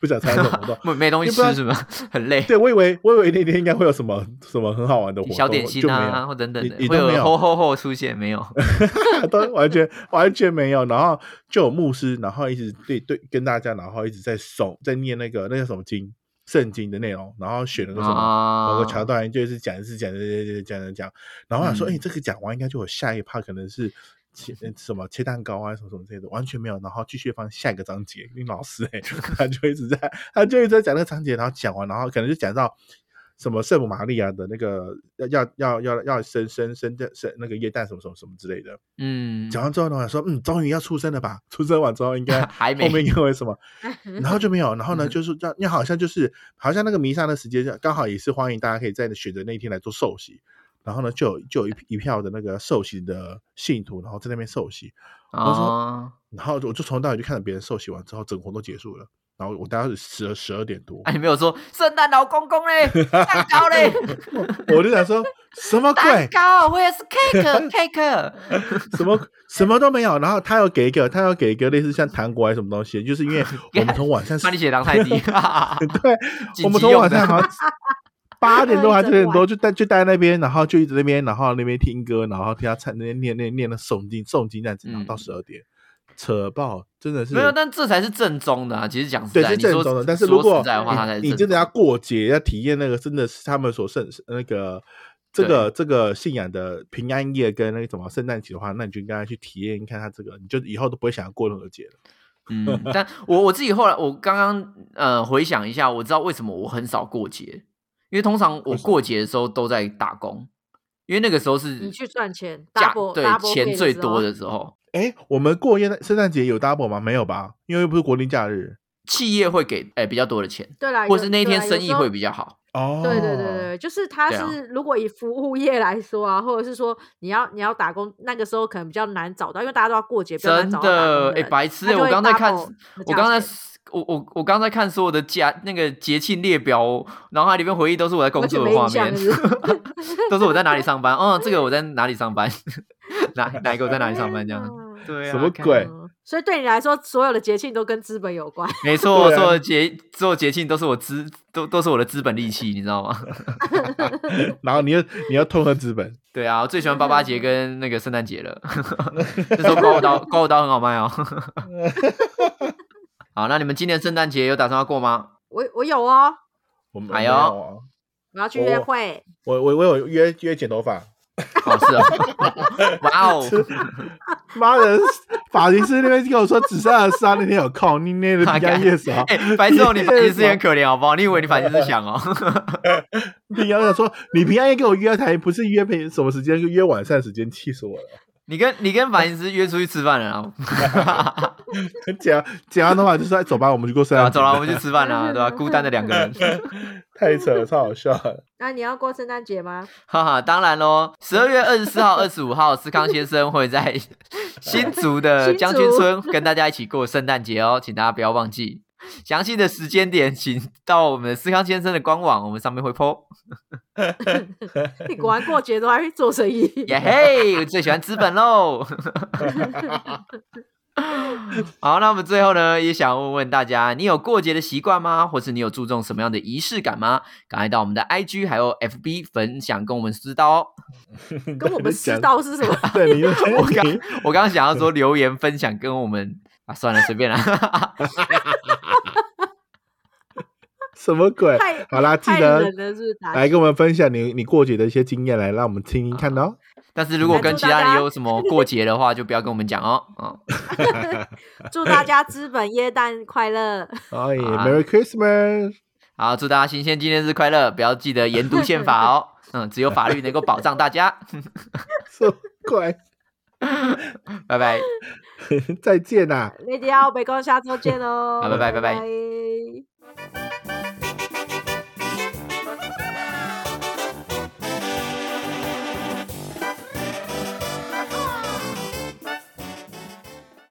Speaker 1: 不想参加这种 活动。
Speaker 3: 没没东西
Speaker 1: 因为不
Speaker 3: 吃
Speaker 1: 然
Speaker 3: 是吗？ 很累，
Speaker 1: 对，我以为我以为那天应该会有什么什么很好玩的活动，
Speaker 3: 小点心
Speaker 1: 就没
Speaker 3: 啊
Speaker 1: 有。
Speaker 3: 或等等
Speaker 1: 你
Speaker 3: 的，
Speaker 1: 你
Speaker 3: 会
Speaker 1: 都没
Speaker 3: 有
Speaker 1: 有
Speaker 3: 吼吼吼出现没有？
Speaker 1: 都完全完全没有。然后就有牧师，然后一直对对跟大家，然后一直在诵，在念那个那个什么经，圣经的内容，然后选了个什么。某
Speaker 3: 啊
Speaker 1: 个桥段就是讲一次讲讲讲讲讲讲，然后我想说，哎、
Speaker 3: 嗯
Speaker 1: 这个讲完应该就有下一趴，可能是切呃什么切蛋糕啊，什么什么之类的，完全没有。然后继续放下一个章节，因为老师哎、 他就一直在，他就一直在讲那个章节，然后讲完，然后可能就讲到什么圣母玛利亚的那个要要要要要生生生的生那个液蛋什么什么什么之类的。
Speaker 3: 嗯，
Speaker 1: 讲完之后呢，我想说，嗯，终于要出生了吧？出生完之后应该
Speaker 3: 还没
Speaker 1: 后面因为什么？然后就没有，然后
Speaker 3: 嗯
Speaker 1: 呢，就是让你好像就是好像那个弥撒的时间，刚好也是欢迎大家可以在选择那一天来做受洗。然后呢，就有就有一一票的那个受洗的信徒，然后在那边受洗。我说
Speaker 3: 啊，
Speaker 1: 然后我就从头到尾就看着别人受洗完之后，整个活动结束了。然后我大概是十二十二点多，
Speaker 3: 啊，你没有说圣诞老公公嘞，蛋糕 嘞，
Speaker 1: 我我就想说 什么
Speaker 3: 蛋
Speaker 1: 鬼，
Speaker 3: 糕，我也是 cake cake，
Speaker 1: 什么什么都没有。然后他又给一个，他又给一个类似像糖果还是什么东西，就是 因为我们从晚上
Speaker 3: 把你血糖 太低，
Speaker 1: 对，
Speaker 3: 紧
Speaker 1: 我们
Speaker 3: 急
Speaker 1: 从
Speaker 3: 用
Speaker 1: 晚
Speaker 3: 的
Speaker 1: 上好像八点多还是九点
Speaker 2: 整
Speaker 1: 多就待就待在那边，然后就一直那边，然后那边听歌，然后听他唱那边念念念那诵经诵经这样子，然后到
Speaker 3: 嗯
Speaker 1: 十二点，扯爆，真的是
Speaker 3: 没有，但这才是正宗的啊。其实讲实
Speaker 1: 对
Speaker 3: 在，
Speaker 1: 是
Speaker 3: 你说
Speaker 1: 正宗的，但是
Speaker 3: 说
Speaker 1: 如果
Speaker 3: 实在的话，它才是
Speaker 1: 你你
Speaker 3: 正
Speaker 1: 真的
Speaker 3: 宗
Speaker 1: 要过节要体验那个，真的是他们所圣那个。这个这个信仰的平安夜跟那个什么圣诞节的话，那你就应该去体验一看它这个，你就以后都不会想要过任何节了。
Speaker 3: 嗯，但我我自己后来，我刚刚呃回想一下，我知道为什么我很少过节，因为通常我
Speaker 1: 为什么
Speaker 3: 过节的时候都在打工，因为那个时候是
Speaker 2: 你去赚钱
Speaker 3: 假
Speaker 2: ，double
Speaker 3: 对
Speaker 2: double
Speaker 3: 钱
Speaker 2: pay
Speaker 3: 最
Speaker 2: 时候
Speaker 3: 多的时候，
Speaker 1: 哎，我们过耶诞圣诞节有 double 吗？没有吧，因为又不是国定假日
Speaker 3: 企业会给哎、比较多的钱，
Speaker 2: 对啦，
Speaker 3: 或
Speaker 2: 啊有
Speaker 3: 是那一
Speaker 2: 对
Speaker 3: 天
Speaker 2: 啦有
Speaker 3: 生
Speaker 2: 时
Speaker 3: 意
Speaker 2: 候
Speaker 3: 会比较好。
Speaker 1: 哦。
Speaker 2: 对对对对，就是它
Speaker 3: 对啊
Speaker 2: 是如果以服务业来说啊，或者是说你要你要打工，那个时候可能比较难找到，因为大家都要过节，比较难
Speaker 3: 真
Speaker 2: 找到打工
Speaker 3: 的，
Speaker 2: 的
Speaker 3: 哎、
Speaker 2: 人
Speaker 3: 白痴、
Speaker 2: 他
Speaker 3: 欸！
Speaker 2: 就
Speaker 3: 我
Speaker 2: 会
Speaker 3: 刚在看，
Speaker 2: double 的
Speaker 3: 我
Speaker 2: 价
Speaker 3: 刚在
Speaker 2: 钱，
Speaker 3: 我我我刚在看所有的假那个节庆列表哦，然后它里面回忆都是我在工
Speaker 2: 完全
Speaker 3: 作的
Speaker 2: 没
Speaker 3: 画
Speaker 2: 印象
Speaker 3: 面
Speaker 2: 是不是，
Speaker 3: 都是我在哪里上班，哦，这个我在哪里上班， 哪哪一个我在哪里上班这样。
Speaker 2: 天
Speaker 3: 对啊
Speaker 1: 什么鬼
Speaker 2: 哪？嗯啊所以对你来说，所有的节庆都跟资本有关。
Speaker 3: 没错，
Speaker 1: 对啊
Speaker 3: 所有的节所有节庆都是我资都都是我的资本利器，你知道吗？
Speaker 1: 然后你又你要痛恨资本，
Speaker 3: 对啊，我最喜欢八八节跟那个圣诞节了。 这时候刮胡 刀刮胡刀很好卖哦。好，那你们今年圣诞节有打算要过吗？
Speaker 2: 我我有哦，
Speaker 1: 我们
Speaker 3: 哎
Speaker 1: 没
Speaker 3: 呦
Speaker 1: 有啊，
Speaker 2: 我要去约
Speaker 1: 我
Speaker 2: 会，
Speaker 1: 我我我有约约剪头发，
Speaker 3: 哦，是哦， 哇哦，，
Speaker 1: 妈的， 发型师那边跟我说只剩二十三那天有空，你那的平安夜少
Speaker 3: 哎、白痴哦，你反型师也
Speaker 1: 啊
Speaker 3: 很可怜，好不好？你以为你反型师想哦？
Speaker 1: 平安夜说你平安夜跟我约台，不是约平什么时间，就约晚上时间，气死我了。
Speaker 3: 你跟你跟反型师约出去吃饭了啊？
Speaker 1: 剪完剪完头发就说哎走吧，我们去过圣
Speaker 3: 对啊，
Speaker 1: 诞
Speaker 3: 走
Speaker 1: 节，
Speaker 3: 了，我们去吃饭了啊，对吧、孤单的两个人。
Speaker 1: 太扯了，超 好笑了。
Speaker 2: 那你要过圣诞节吗？
Speaker 3: 哈哈，当然喽，十二月二十四号、二十五号，思康先生会在新竹的
Speaker 2: 新
Speaker 3: 将军
Speaker 2: 竹
Speaker 3: 村跟大家一起过圣诞节哦，请大家不要忘记。详细的时间点，请到我们思康先生的官网，我们上面会 po。
Speaker 2: 你果然过节都还会做 生意，
Speaker 3: 耶嘿，我最喜欢资本喽。好，那我们最后呢，也想问问大家，你有过节的习惯吗？或是你有注重什么样的仪式感吗？赶快到我们的 IG 还有 FB 分享跟我们知道哦。
Speaker 2: 跟我们世
Speaker 1: 讲，
Speaker 2: 道是 什么？
Speaker 1: 对，你又讲
Speaker 3: 我刚
Speaker 1: 你
Speaker 3: 我刚刚想要说留言分享跟我们啊，算了，随便 啦。
Speaker 1: 什么鬼？
Speaker 2: 太
Speaker 1: 好啦，记
Speaker 2: 太
Speaker 1: 得
Speaker 2: 冷了，是不是？打
Speaker 1: 来跟我们分享你你过节的一些经验，来让我们听听看哦。
Speaker 3: 但是如果跟其他
Speaker 2: 那祝大
Speaker 3: 人
Speaker 2: 家
Speaker 3: 有什么过节的话，就不要跟我们讲哦。嗯，
Speaker 2: 祝大家资本耶诞快乐！
Speaker 1: 哎
Speaker 3: 啊
Speaker 1: ，Merry Christmas！
Speaker 3: 好，祝大家新鲜纪念日快乐！不要记得研读宪法哦。嗯，只有法律能够保障大家。
Speaker 1: 什么鬼？
Speaker 3: 拜拜。
Speaker 1: 再见啦、啊
Speaker 2: 那迪奥北宫，下周见哦，
Speaker 3: 好拜拜拜拜
Speaker 2: 拜